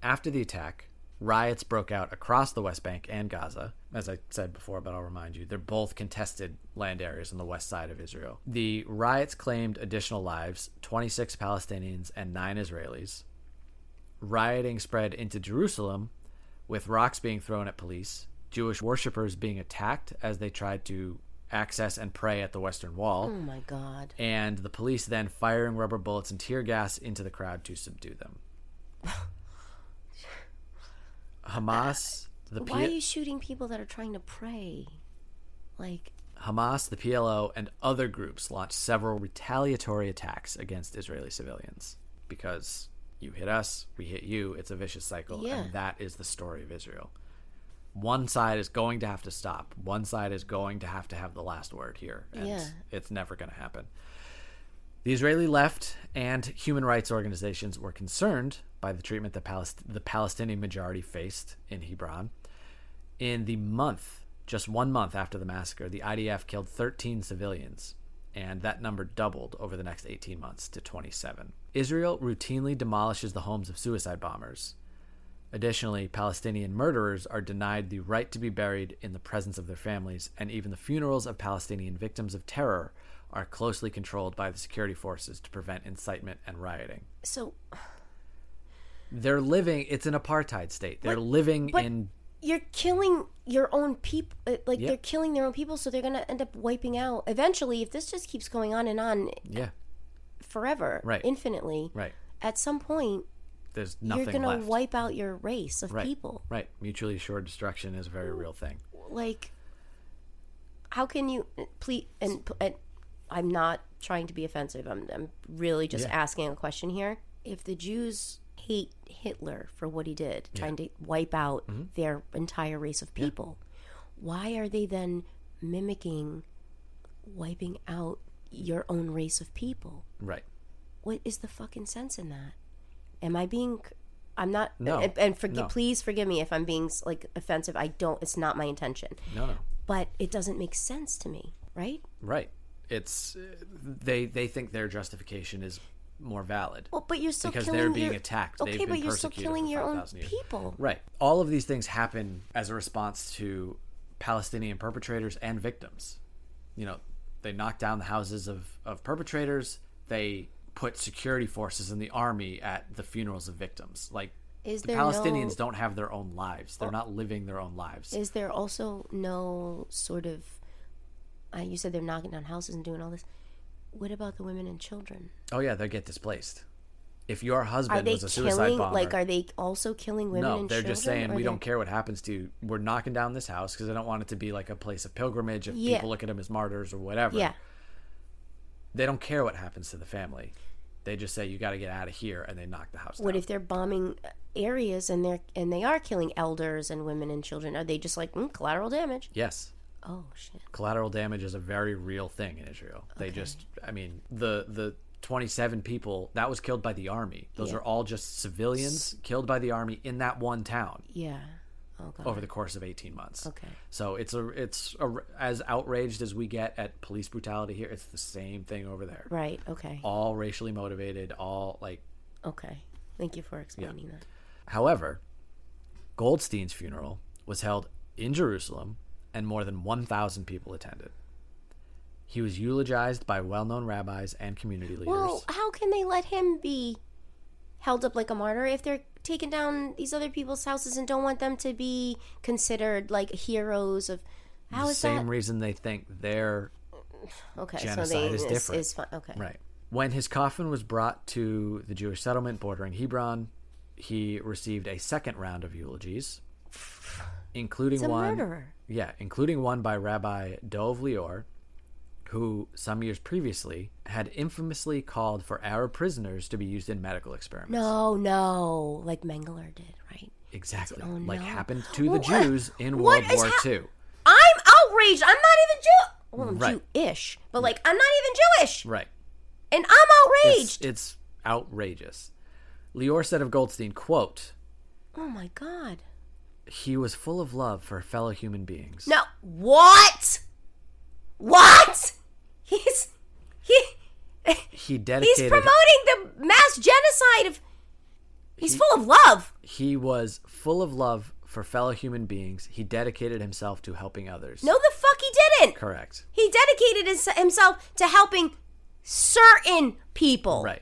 After the attack, riots broke out across the West Bank and Gaza. As I said before, but I'll remind you, they're both contested land areas on the west side of Israel. The riots claimed additional lives 26 Palestinians and 9 Israelis. Rioting spread into Jerusalem, with rocks being thrown at police, Jewish worshippers being attacked as they tried to access and pray at the Western Wall
Oh my god.
and the police then firing rubber bullets and tear gas into the crowd to subdue
<laughs>
them. Hamas, the
Why are
P-
you shooting people that are trying to pray? Like
Hamas, the PLO, and other groups launched several retaliatory attacks against Israeli civilians because you hit us, we hit you. It's a vicious cycle.
Yeah.
And that is the story of Israel. One side is going to have to stop. One side is going to have to have the last word here. And
Yeah.
it's never going to happen. The Israeli left and human rights organizations were concerned by the treatment that Palest- the Palestinian majority faced in Hebron. In the month, just one month after the massacre, the IDF killed 13 civilians, and that number doubled over the next 18 months to 27. Israel routinely demolishes the homes of suicide bombers. Additionally, Palestinian murderers are denied the right to be buried in the presence of their families, and even the funerals of Palestinian victims of terror are closely controlled by the security forces to prevent incitement and rioting.
So
They're living, it's an apartheid state. They're living
but-
in
you're killing your own people. Like
Yeah.
they're killing their own people, so they're gonna end up wiping out eventually. If this just keeps going on and on
yeah,
forever,
Right.
Infinitely,
right.
At some point,
There's nothing
you're gonna
left.
wipe out your race of
right.
people.
Right. Mutually assured destruction is a very real thing.
like how can you please and, and i'm not trying to be offensive i'm, I'm really just
Yeah.
asking a question here if the jews hate hitler for what he did trying to wipe out
Mm-hmm.
their entire race of people why are they then mimicking wiping out your own race of people
Right.
what is the fucking sense in that? Am I being? I'm not.
No,
And, and forgive,
no.
please forgive me if I'm being like offensive. I don't. It's not my intention.
No, no.
But it doesn't make sense to me, right?
Right. It's they they think their justification is more valid
Well, but you're still
because
killing
they're being
your,
attacked.
Okay,
They've been
but you're still
persecuted
killing
for
your own
5,000 years.
people.
Right. All of these things happen as a response to Palestinian perpetrators and victims. You know, they knock down the houses of, of perpetrators, they put security forces and the army at the funerals of victims. Like
Is
the
there
Palestinians
no- Oh.
don't have their own lives. They're not living their own lives.
Is there also no sort of? Uh, you said they're knocking down houses and doing all this. What about the women and children?
oh yeah, they get displaced. If your
Are
husband
they
was a suicide
killing?
bomber,
Like, are they also killing women?
no,
and
they're
children,
just saying
or
we
they're-
don't care what happens to you. We're knocking down this house because I don't want it to be like a place of pilgrimage. If
Yeah.
people look at them as martyrs or whatever,
Yeah.
they don't care what happens to the family. They just say you got to get out of here, and they knock the house
What
down.
if they're bombing areas and they're and they are killing elders and women and children? Are they just like mm, collateral damage?
yes,
Oh shit!
collateral damage is a very real thing in Israel. They just, I mean, the the. 27 people that was killed by the army. Those
Yeah.
are all just civilians killed by the army in that one town
Yeah. Oh god.
over the course of 18 months.
Okay.
So it's a it's a, as outraged as we get at police brutality here. It's the same thing over there.
Right. Okay.
All racially motivated. All like.
Okay. Thank you for explaining that.
However, Goldstein's funeral was held in Jerusalem, and more than 1,000 people attended. He was eulogized by well-known rabbis and community leaders.
Well, how can they let him be held up like a martyr if they're taking down these other people's houses and don't want them to be considered like heroes of? How
the
is
same reason they think they're
that? Okay, so
genocide
they
is
is,
different.
is fine. Okay.
Right. When his coffin was brought to the Jewish settlement bordering Hebron, he received a second round of eulogies, including
He's a
one.
murderer.
Yeah, including one by Rabbi Dov Lior, who some years previously had infamously called for Arab prisoners to be used in medical experiments.
No, no, like Mengele did, right?
Exactly. like
Oh, no.
happened to the
What-
Jews in
what
World
is
War
hap-
II.
I'm outraged. I'm not even Jew. Well, I'm
Right.
Jewish, but like I'm not even Jewish,
Right.
and I'm
It's,
outraged.
it's outrageous. Lior said of Goldstein, quote,
oh my god!
he was full of love for fellow human beings.
No, what? What? He's he
He
he's
dedicated
promoting the mass genocide of. He's full of love.
he was full of love for fellow human beings. He dedicated himself to helping others.
No, the fuck he didn't.
Correct.
He dedicated his, himself to helping certain people
Right.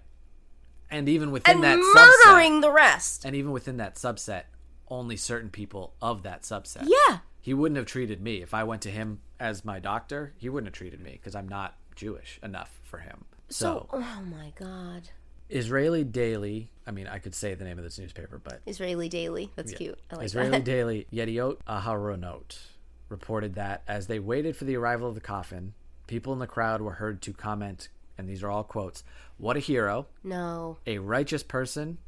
And even within
and
that
murdering
subset,
the rest.
and even within that subset, only certain people of that subset.
yeah.
He wouldn't have treated me if I went to him as my doctor. He wouldn't have treated me because I'm not Jewish enough for him.
So,
So,
oh my god,
Israeli Daily. I mean, I could say the name of this newspaper,
<laughs>
but
Israeli Daily. That's cute. I like
Israeli
that.
daily Yediot Aharonot reported that as they waited for the arrival of the coffin, people in the crowd were heard to comment, and these are all quotes: "What a hero,
No.
a righteous person,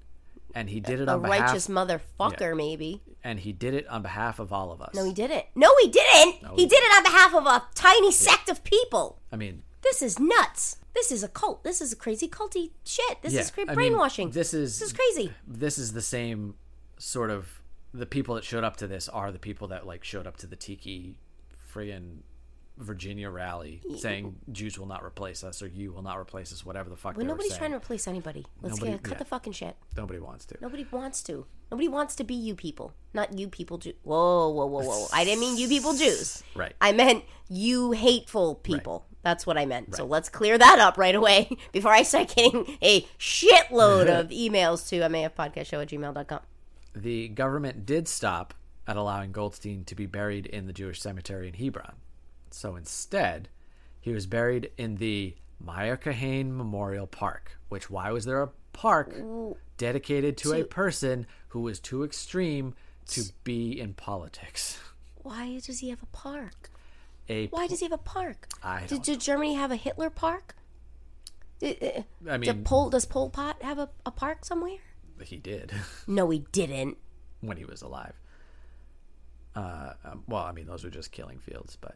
and he did it
a
on behalf
righteous motherfucker, maybe.
and he did it on behalf of all of us.
No, he didn't. No, he didn't. he
he
did it on behalf of a tiny sect of people.
I mean,
This is nuts. This is a cult. This is crazy culty shit. This
yeah,
is cra-
I mean,
brainwashing. this,
this is
is crazy.
this is the same sort of the people that showed up to this are the people that like showed up to the tiki friggin Virginia rally saying Jews will not replace us or you will not replace us, whatever the fuck
But
they were
nobody's
saying.
trying to replace anybody. Let's
Nobody-
get, cut
yeah.
the fucking shit.
Nobody wants to.
Nobody wants to. Nobody wants to be you people. Not you people. Jew- whoa, whoa, whoa, whoa. I didn't mean you people Jews.
Right.
I meant you hateful people. That's what I meant. So let's clear that up right away <laughs> before I start getting a shitload
<laughs>
of emails to mafpodcastshow at gmail.com.
the government did stop at allowing Goldstein to be buried in the Jewish cemetery in Hebron. So instead, he was buried in the Meyer Kahane Memorial Park, which why was there a park dedicated to a person who was too extreme to be in politics?
Why does he have a park?
A
Why does he have a park?
I
Did,
don't
did Germany have a Hitler park? Did, uh,
I
did
mean
Pol, does Pol Pot have a, a park somewhere?
he did <laughs>
No, he didn't.
when he was alive. Uh, um, well, I mean those were just killing fields, but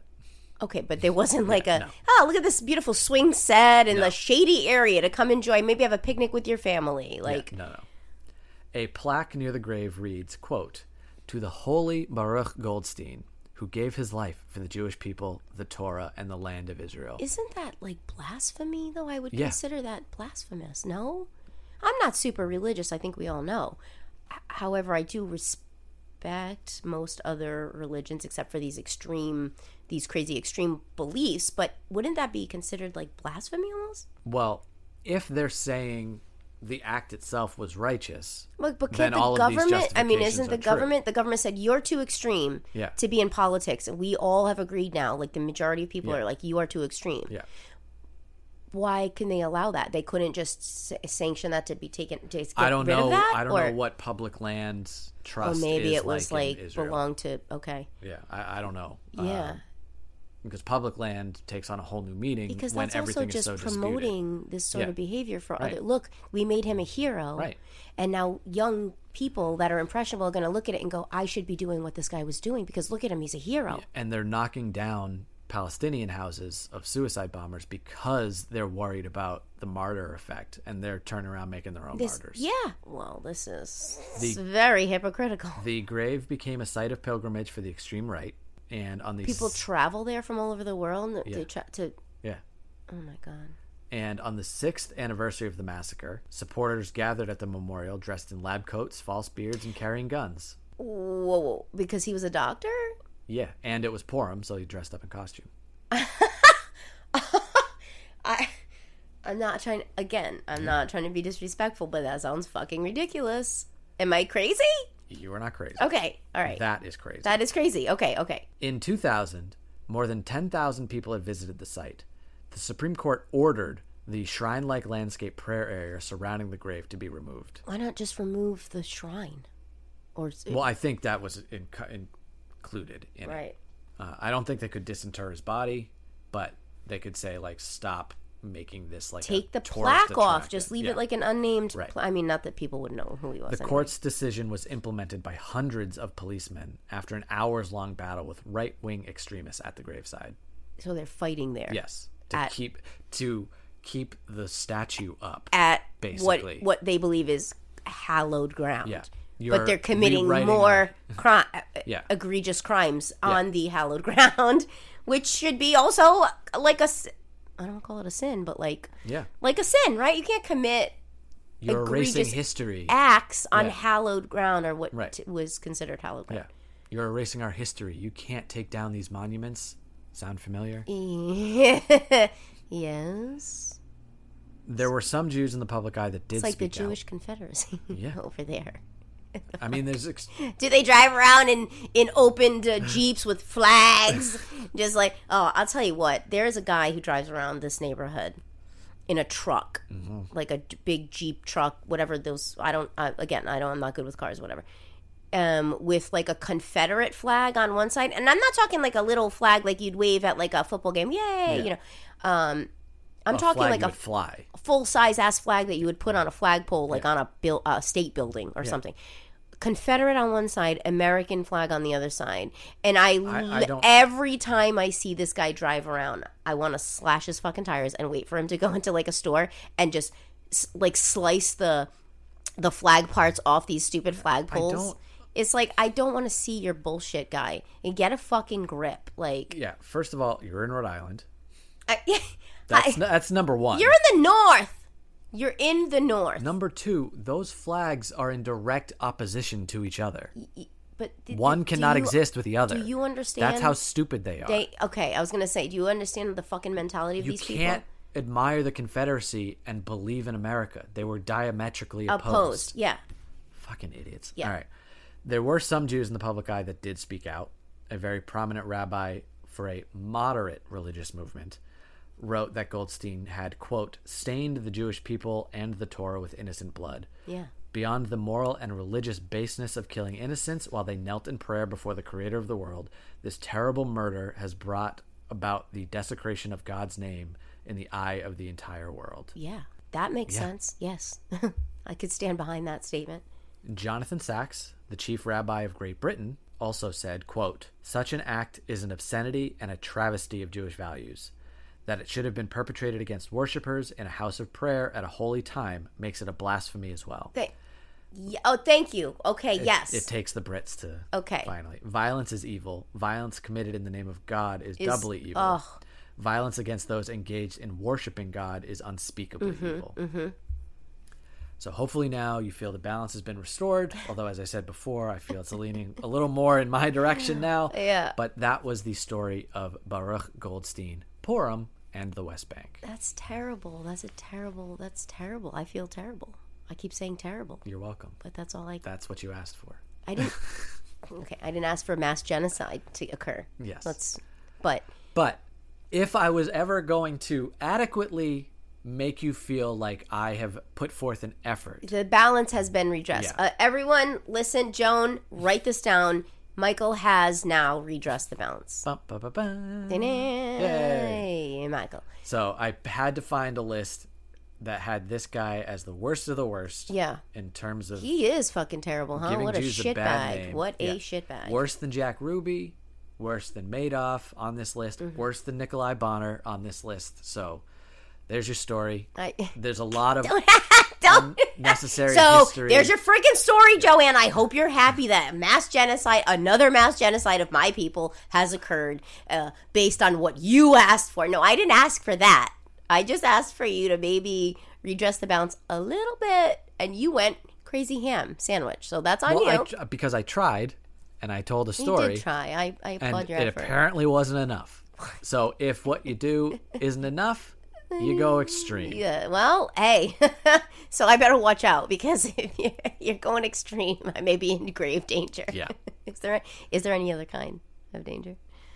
Okay, but there wasn't like a oh look at this beautiful swing set and the shady area to come enjoy. Maybe have a picnic with your family. Like
No, no. A plaque near the grave reads, quote, To the holy Baruch Goldstein, who gave his life for the Jewish people, the Torah, and the land of Israel.
isn't that like blasphemy though? I would
Yeah.
consider that blasphemous. No, I'm not super religious. I think we all know. H- however, I do respect most other religions except for these extreme, these crazy extreme beliefs. But wouldn't that be considered like blasphemy almost?
well, if they're saying the act itself was righteous,
But, but
Then
can't the
all of these
government? I mean,
justifications
isn't
are
the
true.
government? The government said you're too extreme
Yeah.
to be in politics, and we all have agreed now. Like the majority of people are like, you are too extreme.
yeah.
Why can they allow that? They couldn't just s- sanction that to be taken. To get
I don't
rid
know.
Of that?
I don't
or,
know what public land
Or
trust.
maybe
is
it was
like,
like,
in Israel.
belonged to. Okay.
Yeah, I, I don't know. Um,
Yeah.
because public land takes on a whole new meaning
because
when
that's also
everything
just
is so disputed.
promoting this sort
Yeah.
of behavior for
Right.
other look we made him a hero
Right.
and now young people that are impressionable are going to look at it and go i should be doing what this guy was doing because look at him he's a hero
and they're knocking down Palestinian houses of suicide bombers because they're worried about the martyr effect and they're turning around making their own martyrs.
Yeah. Well, this is it's
The- <laughs>
very hypocritical.
The grave became a site of pilgrimage for the extreme right and on the
People
s-
travel there from all over the world to, tra- to
yeah.
oh my god.
And on the 6th anniversary of the massacre, supporters gathered at the memorial dressed in lab coats, false beards and carrying guns.
Whoa, whoa. because he was a doctor?
Yeah, and it was Purim, so he dressed up in costume.
I I'm not trying again, I'm not trying to be disrespectful, but that sounds fucking ridiculous. Am I crazy?
You are not crazy.
Okay. All right.
That is crazy.
that is crazy. Okay, okay.
In 2000, more than 10,000 people had visited the site. The Supreme Court ordered the shrine like landscape prayer area surrounding the grave to be removed.
Why not just remove the shrine? Or s-
Well, I think that was in, in, included in it.
right.
Uh, I don't think they could disinter his body, but they could say, like, stop making this like a
Take the
tourist
plaque off.
attraction.
Just leave
Yeah.
it like an unnamed.
Right.
pla- I mean, not that people would know who he was.
The
anyway.
court's decision was implemented by hundreds of policemen after an hours long battle with right wing extremists at the graveside.
So they're fighting there.
Yes, to
At-
keep to keep the statue up.
at
Basically.
what what they believe is hallowed ground.
Yeah.
but
You're
they're committing
rewriting
more <laughs> cri- uh,
Yeah.
egregious crimes on the hallowed <laughs> ground, which should be also like a s- I don't call it a sin, but like
yeah,
like a sin, right? You can't commit
you're erasing
egregious
history.
acts on
Yeah.
hallowed ground or what
Right.
t- was considered hallowed
yeah,
ground.
you're erasing our history. You can't take down these monuments. Sound familiar?
<laughs> yes,
There were some Jews in the public eye that did
it's like the
speak out.
Jewish Confederacy
Yeah.
<laughs> over there.
I mean, there's
<laughs>
ex-
Do they drive around in in opened uh, jeeps with flags? Just like, oh, I'll tell you what. There's a guy who drives around this neighborhood in a truck, like a d- big jeep truck, whatever those. I don't. I, again, I don't. I'm not good with cars. Whatever. Um, with like a Confederate flag on one side, and I'm not talking like a little flag like you'd wave at like a football game. Yay, you know. Um, I'm talking
flag
like
you
a
would fly.
full size ass flag that you would put on a flagpole, like on a buil- a state building or something. Confederate on one side, American flag on the other side, and I,
I
li-
don't-
every time I see this guy drive around, I want to slash his fucking tires and wait for him to go <laughs> into like a store and just s- like slice the the flag parts off these stupid flagpoles.
don't-
It's like I don't want to see your bullshit guy and get a fucking grip. Like
Yeah. First of all, you're in Rhode Island.
I, <laughs>
That's n- that's number one.
you're in the north. You're in the north.
number two. Those flags are in direct opposition to each other.
But th-
One
th- do
cannot
you-
exist with the other.
Do you understand?
That's how stupid they are.
they. Okay, I was gonna say, do you understand the fucking mentality of
you
these
can't
people?
admire the Confederacy and believe in America. They were diametrically opposed.
Opposed, yeah.
Fucking idiots.
Yeah.
All right. There were some Jews in the public eye that did speak out. A very prominent rabbi for a moderate religious movement wrote that Goldstein had, quote, stained the Jewish people and the Torah with innocent blood.
Yeah.
Beyond the moral and religious baseness of killing innocents while they knelt in prayer before the creator of the world, this terrible murder has brought about the desecration of God's name in the eye of the entire world.
Yeah. That makes sense. Yes. <laughs> I could stand behind that statement.
Jonathan Sachs, the chief rabbi of Great Britain, also said, quote, "Such an act is an obscenity and a travesty of Jewish values. That it should have been perpetrated against worshippers in a house of prayer at a holy time makes it a blasphemy as well."
Okay. Yeah, oh, thank you. Okay, yes.
It takes the Brits to
Okay.
Finally, violence is evil. Violence committed in the name of God is, doubly evil.
ugh.
Violence against those engaged in worshiping God is unspeakably
Mm-hmm,
evil. So hopefully now you feel the balance has been restored. Although, as I said before, I feel it's leaning a little more in my direction now.
<laughs> Yeah.
But that was the story of Baruch Goldstein, Purim, and the West Bank.
that's terrible. That's a terrible. That's terrible. I feel terrible. I keep saying terrible,
You're welcome.
but that's all I.
That's what you asked for. <laughs>
I didn't. okay, I didn't ask for mass genocide to occur.
Yes.
Let's. But
But if I was ever going to adequately make you feel like I have put forth an effort,
the balance has been redressed.
Yeah.
Uh, everyone, listen, Joan, write this down. Michael has now redressed the balance.
Bum, ba, ba, ba.
Yay, Michael.
so I had to find a list that had this guy as the worst of the worst
Yeah.
in terms of
He is fucking terrible, huh?
giving
What a
Jews a bad
shitbag.
name.
What
Yeah.
a shitbag.
worse than Jack Ruby, worse than Madoff on this list,
Mm-hmm.
worse than Nikolai Bonner on this list. So there's your story.
I, <laughs>
There's a lot of Um,
Don't- <laughs>
necessary
so
history.
there's your freaking story, Joanne. I hope you're happy that mass genocide, another mass genocide of my people, has occurred uh, based on what you asked for. No, I didn't ask for that. I just asked for you to maybe redress the balance a little bit, and you went crazy ham sandwich. So that's on
Well, I
you.
tr- because I tried and I told a
you
story.
did try. I, I applaud
and
your
it
effort.
apparently wasn't
<laughs>
enough. So if what you do isn't enough, you go extreme.
Yeah, well, hey, <laughs> so I better watch out because <laughs> if you're, you're going extreme, I may be in grave danger.
Yeah.
<laughs> is there is there any other kind of danger <laughs>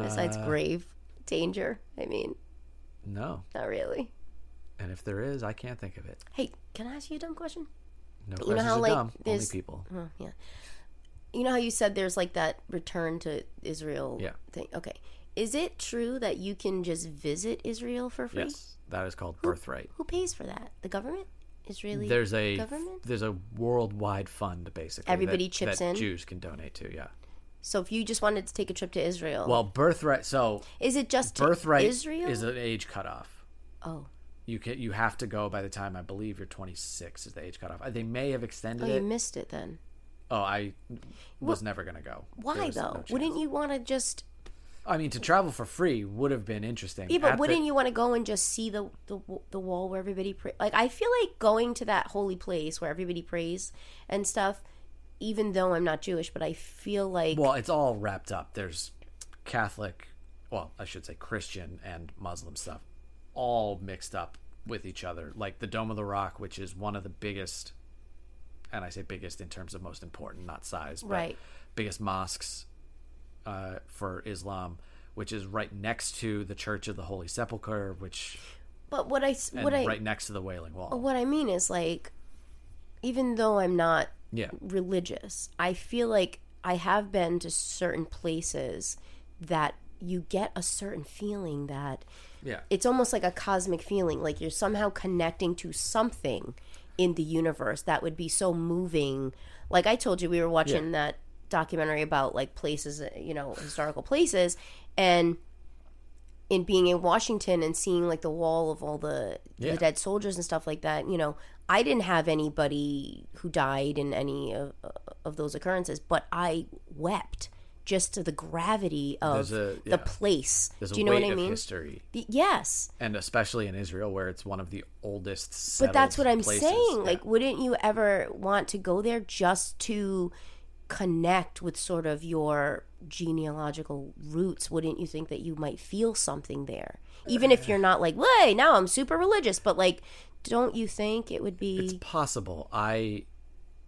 besides
Uh,
grave danger? I mean,
No,
not really.
and if there is, I can't think of it.
Hey, can I ask you a dumb question?
No
You
questions
know how,
are
like,
dumb. Only
there's-
people.
Oh, yeah. You know how you said there's like that return to Israel
Yeah.
thing. Okay, is it true that you can just visit Israel for free?
Yes, that is called birthright.
Who pays for that? The government? Israeli?
There's a
government?
there's a worldwide fund basically. that-
Everybody chips
that
in?
Jews can donate to. Yeah.
so if you just wanted to take a trip to Israel,
Well, birthright. So
Is it just to
birthright
Israel?
is an age cutoff.
oh,
You can you have to go by the time I believe you're 26 is the age cutoff. Uh, They may have extended
oh, you
it.
missed it then.
Oh, I was never gonna go. There
Why
was no
though?
chance.
wouldn't you want to just?
I mean, to travel for free would have been interesting.
Yeah,
At
but
the-
wouldn't you want to go and just see the the w- the wall where everybody pray? Like I feel like going to that holy place where everybody prays and stuff. Even though I'm not Jewish, but I feel like
Well, it's all wrapped up. There's Catholic, well, I should say Christian and Muslim stuff, all mixed up with each other. Like the Dome of the Rock, which is one of the biggest, and I say biggest in terms of most important, not size, but
Right.
biggest mosques uh, for Islam, which is right next to the Church of the Holy Sepulchre, which
but what I s-
and
what I Oh,
right next to the Wailing Wall.
what I mean is like, even though I'm not
yeah,
religious. I feel like I have been to certain places that you get a certain feeling that
Yeah.
it's almost like a cosmic feeling like you're somehow connecting to something in the universe that would be so moving like i told you we were watching that documentary about like places you know historical places and in being in washington and seeing like the wall of all the,
Yeah.
the dead soldiers and stuff like that you know i didn't have anybody who died in any of, of those occurrences but i wept just to the gravity of
There's a- yeah.
the place
There's
do
a
you know
weight
what i
of
mean
history,
Y- yes
and especially in Israel, where it's one of the oldest.
but that's what
settled
I'm
places.
saying.
Yeah.
Like, wouldn't you ever want to go there just to connect with sort of your genealogical roots? Wouldn't you think that you might feel something there, even if you're not like, "Way now I'm super religious," but like, don't you think it would
It's
be?
possible. I,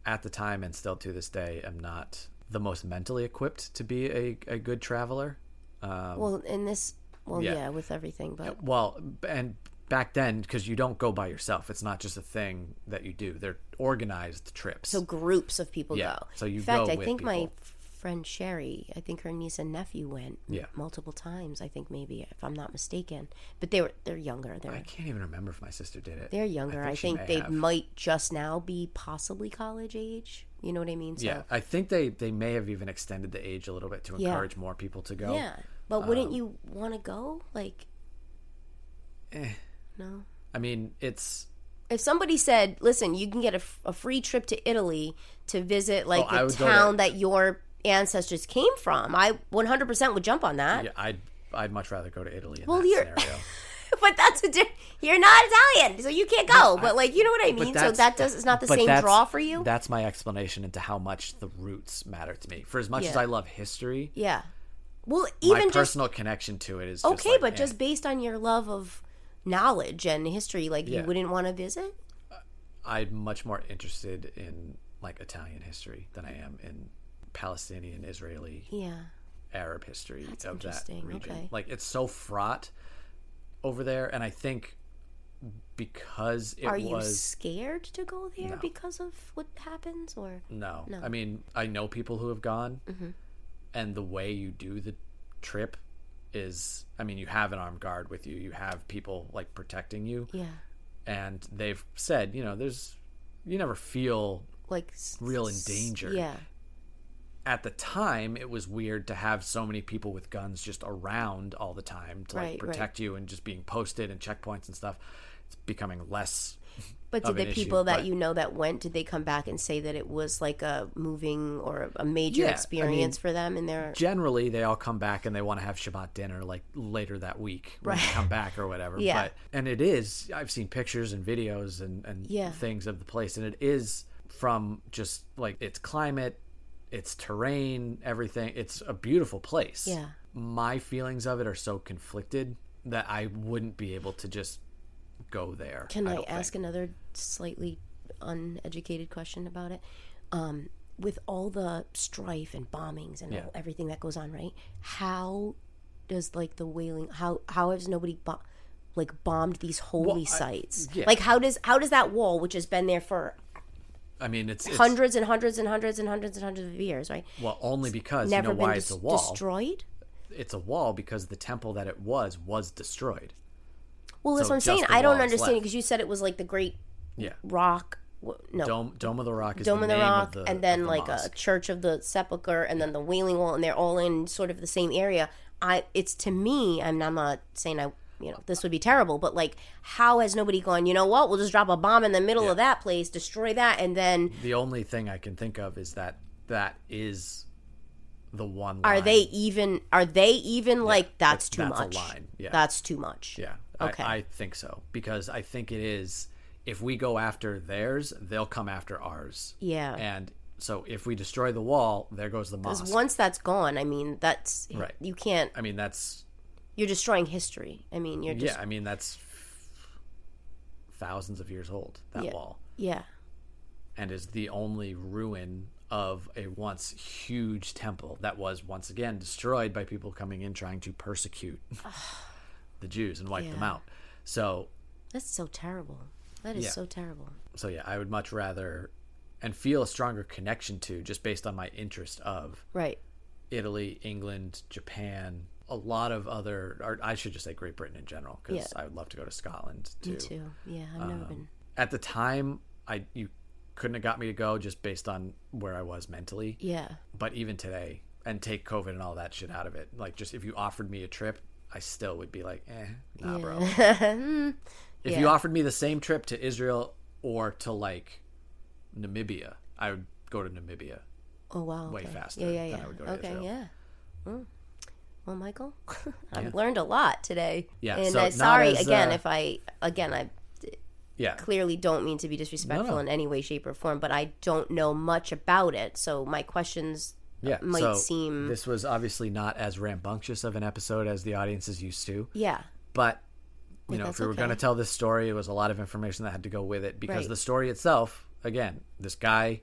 at the time and still to this day, am not the most mentally equipped to be a, a good traveler.
well, in this, well,
Yeah.
yeah, with everything, but
Well, b- and back then, because you don't go by yourself, it's not just a thing that you do. They're organized trips.
so groups of people
Yeah,
go.
so you
in fact,
go
I
with
think my
people.
friend Sherry, I think her niece and nephew went
Yeah.
multiple times. I think maybe if I'm not mistaken, but they were they're younger. They're
I can't even remember if my sister did it.
They're younger. I
she
think,
may
they
have.
might just now be possibly college age. You know what I mean? So,
Yeah, I think they they may have even extended the age a little bit to
Yeah.
encourage more people to go.
Yeah. But wouldn't
um,
you want to go? Like,
Eh.
no.
I mean, it's
If somebody said, "Listen, you can get a, f- a free trip to Italy to visit like
Oh, I
the
would go
town that your ancestors came from," I 100% would jump on that.
yeah, I'd I'd much rather go to Italy in
Well,
that
you're-
scenario.
<laughs> but that's a di- you're not Italian, so you can't go. but like, you know what I mean? So
that's-
that does it's not <laughs> the
but
same
that's-
draw for you.
That's my explanation into how much the roots matter to me. For as much as
Yeah.
I love history,
yeah. Well,
my
even just
personal connection to it is just
okay,
like,
but
eh.
just based on your love of knowledge and history, like
Yeah.
you wouldn't want to visit.
I'm much more interested in like Italian history than I am in Palestinian, Israeli,
Yeah,
Arab history of that
interesting.
region.
Okay.
Like it's so fraught over there, and I think because it
are you
was
scared to go there because of what happens? Or
No. I mean, I know people who have gone,
Mm-hmm.
and the way you do the trip is I mean, you have an armed guard with you, you have people like protecting you,
yeah,
and they've said, you know, there's you never feel
like s-
real
s-
endangered.
Yeah,
At the time, it was weird to have so many people with guns just around all the time to like
Right, right.
protect you and just being posted and checkpoints and stuff. It's becoming less.
but
Of
did the
an issue,
people that
but-
you know that went did they come back and say that it was like a moving or a major
Yeah, I mean,
experience for them in their
Generally, they all come back and they want to have Shabbat dinner like later that week when they come back or whatever.
Yeah.
But and it is. I've seen pictures and videos and and
Yeah.
things of the place, and it is from just like its climate, its terrain, everything. It's a beautiful place.
yeah?
my feelings of it are so conflicted that I wouldn't be able to just go there.
Can I,
don't
ask
think.
another slightly uneducated question about it? Um, with all the strife and bombings and all, everything that goes on, right? How does like the whaling? How how has nobody bo- like bombed these holy
I-
sites?
yeah.
Like how does how does that wall, which has been there for
I mean, it's, it's
hundreds and hundreds and hundreds and hundreds and hundreds of years, right?
well only because you
Never
know
been
why it's
des-
a wall.
destroyed.
It's a wall because the temple that it was was destroyed.
Well, that's
So
what I'm
just
saying.
the
I don't
wall is
understand
left.
because you said it was like the Great
Yeah,
Rock. wh- No,
Dome Dome of the Rock is
Oh. Dome
the
of the
name
Rock,
of the,
and then
of the
like a
mosque.
Church of the Sepulchre, and then the Wailing Wall, and they're all in sort of the same area. I, it's to me, I'm, I'm not saying I, you know, this would be terrible, but like, how has nobody gone? You know what? We'll just drop a bomb in the middle of that place, destroy that, and then
The only thing I can think of is that that is the one.
are
line.
they even? Are they even like that's too
that's a
much?
line, yeah.
That's too much.
Yeah.
Okay.
I, I think so because I think it is. If we go after theirs, they'll come after ours.
Yeah.
And so if we destroy the wall, there goes the mosque.
Because once that's gone, I mean, that's
Right.
You can't.
I mean, that's
You're destroying history. I mean, you're just
yeah. I mean, that's thousands of years old. That
Yeah.
wall,
yeah.
and is the only ruin of a once huge temple that was once again destroyed by people coming in trying to
<sighs>
persecute the Jews and wipe them
Yeah.
out. So
That's so terrible. That is
Yeah.
so terrible.
so yeah, I would much rather and feel a stronger connection to just based on my interest of
Right.
Italy, England, Japan, a lot of other, or I should just say Great Britain in general, because
Yeah.
I would love to go to Scotland
Me too. Yeah, I've never been.
At the time, I you couldn't have got me to go just based on where I was mentally.
Yeah,
But even today, and take COVID and all that shit out of it, like just if you offered me a trip, I still would be like, eh, nah, bro.
yeah. <laughs> Hmm.
If
Yeah.
you offered me the same trip to Israel or to like Namibia, I would go to Namibia.
oh wow.
way
okay.
faster
Yeah, yeah, yeah.
than I would go to
okay,
Israel.
yeah. Mm. Well, Michael, <laughs> I've learned a lot today.
Yeah,
and
so
uh,
not
sorry
as,
again
uh,
if I again I
Yeah.
clearly don't mean to be disrespectful
No, no.
in any way, shape, or form, but I don't know much about it, so my questions
Yeah.
might
so
seem-
this was obviously not as rambunctious of an episode as the audience is used to,
yeah.
but you know,
that's
if we were going to
okay.
tell this story, it was a lot of information that had to go with it because
Right.
the story itself, again, this guy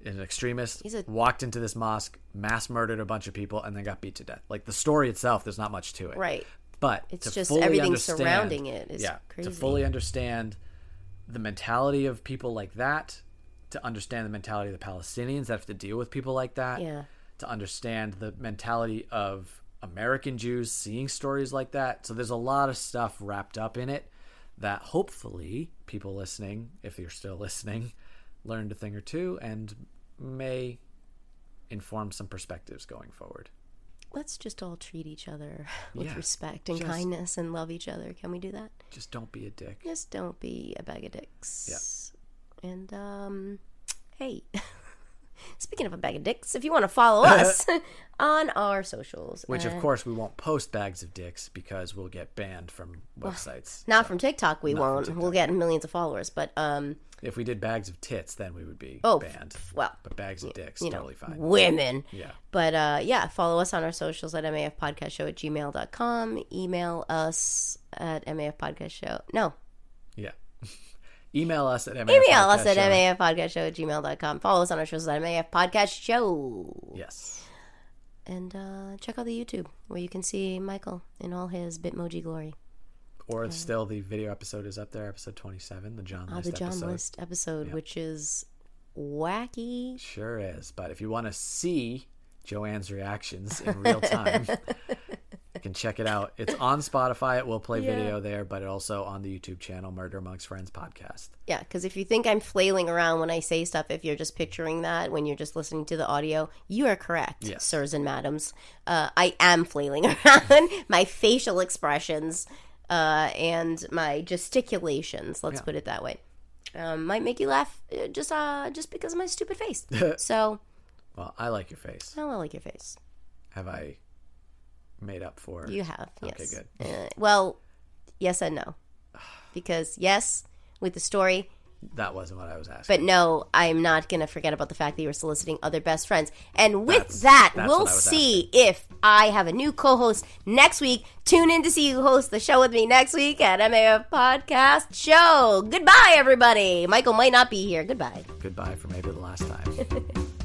is an extremist,
He's a-
walked into this mosque, mass murdered a bunch of people, and then got beat to death. Like the story itself, there's not much to it.
Right.
But
It's
to
just
fully
everything
understand-
surrounding it is crazy.
To fully understand the mentality of people like that, to understand the mentality of the Palestinians that have to deal with people like that,
Yeah.
to understand the mentality of American Jews seeing stories like that. So there's a lot of stuff wrapped up in it that hopefully people listening, if you're still <laughs> listening, learned a thing or two and may inform some perspectives going forward.
Let's just all treat each other <laughs> with
Yeah,
respect and
just-
kindness and love each other. Can we do that?
Just don't be a dick.
Just don't be a bag of dicks. Yeah. And um hey. <laughs> Speaking of a bag of dicks, if you want to follow us on our socials.
Which,
uh,
of course, we won't post bags of dicks because we'll get banned from websites.
not from TikTok we won't. We'll get millions of followers, but um
If we did bags of tits, then we would be
oh
banned.
f- well,
But bags of dicks,
you know,
totally fine.
women.
Yeah.
But uh, yeah, follow us on our socials at mafpodcastshow at gmail.com. Email us at mafpodcastshow. No,
Yeah. <laughs> Email us at MAF
email us at mafpodcastshow at gmail.com. Follow us on our socials at mafpodcastshow.
Yes.
And uh, check out the YouTube where you can see Michael in all his Bitmoji glory.
Or still, the video episode is up there, episode 27, the John
Uh,
List
the John
episode.
List episode, which is wacky.
Sure is. But if you want to see Joanne's reactions in
<laughs>
real time, you can check it out. It's on Spotify. It will play video there, but also on the YouTube channel, Murder Amongst Friends podcast.
Yeah, because if you think I'm flailing around when I say stuff, if you're just picturing that when you're just listening to the audio, you are correct,
Yes.
sirs and madams. Uh, I am flailing <laughs> around. my facial expressions uh, and my gesticulations, let's put it that way, um, might make you laugh uh, just uh, just because of my
<laughs>
stupid face. so,
Well, I like your face.
oh, I like your face.
Have I made up for
You have, yes.
Okay, good.
Uh, well, yes and no. Because, yes, with the story,
That wasn't what I was asking.
But no, I'm not going to forget about the fact that you were soliciting other best friends. And with
That's-
that,
that's
we'll
what I was
see if I have a new co host next week. Tune in to see who hosts the show with me next week at MAF Podcast Show. Goodbye, everybody. Michael might not be here. Goodbye.
Goodbye for maybe the last time.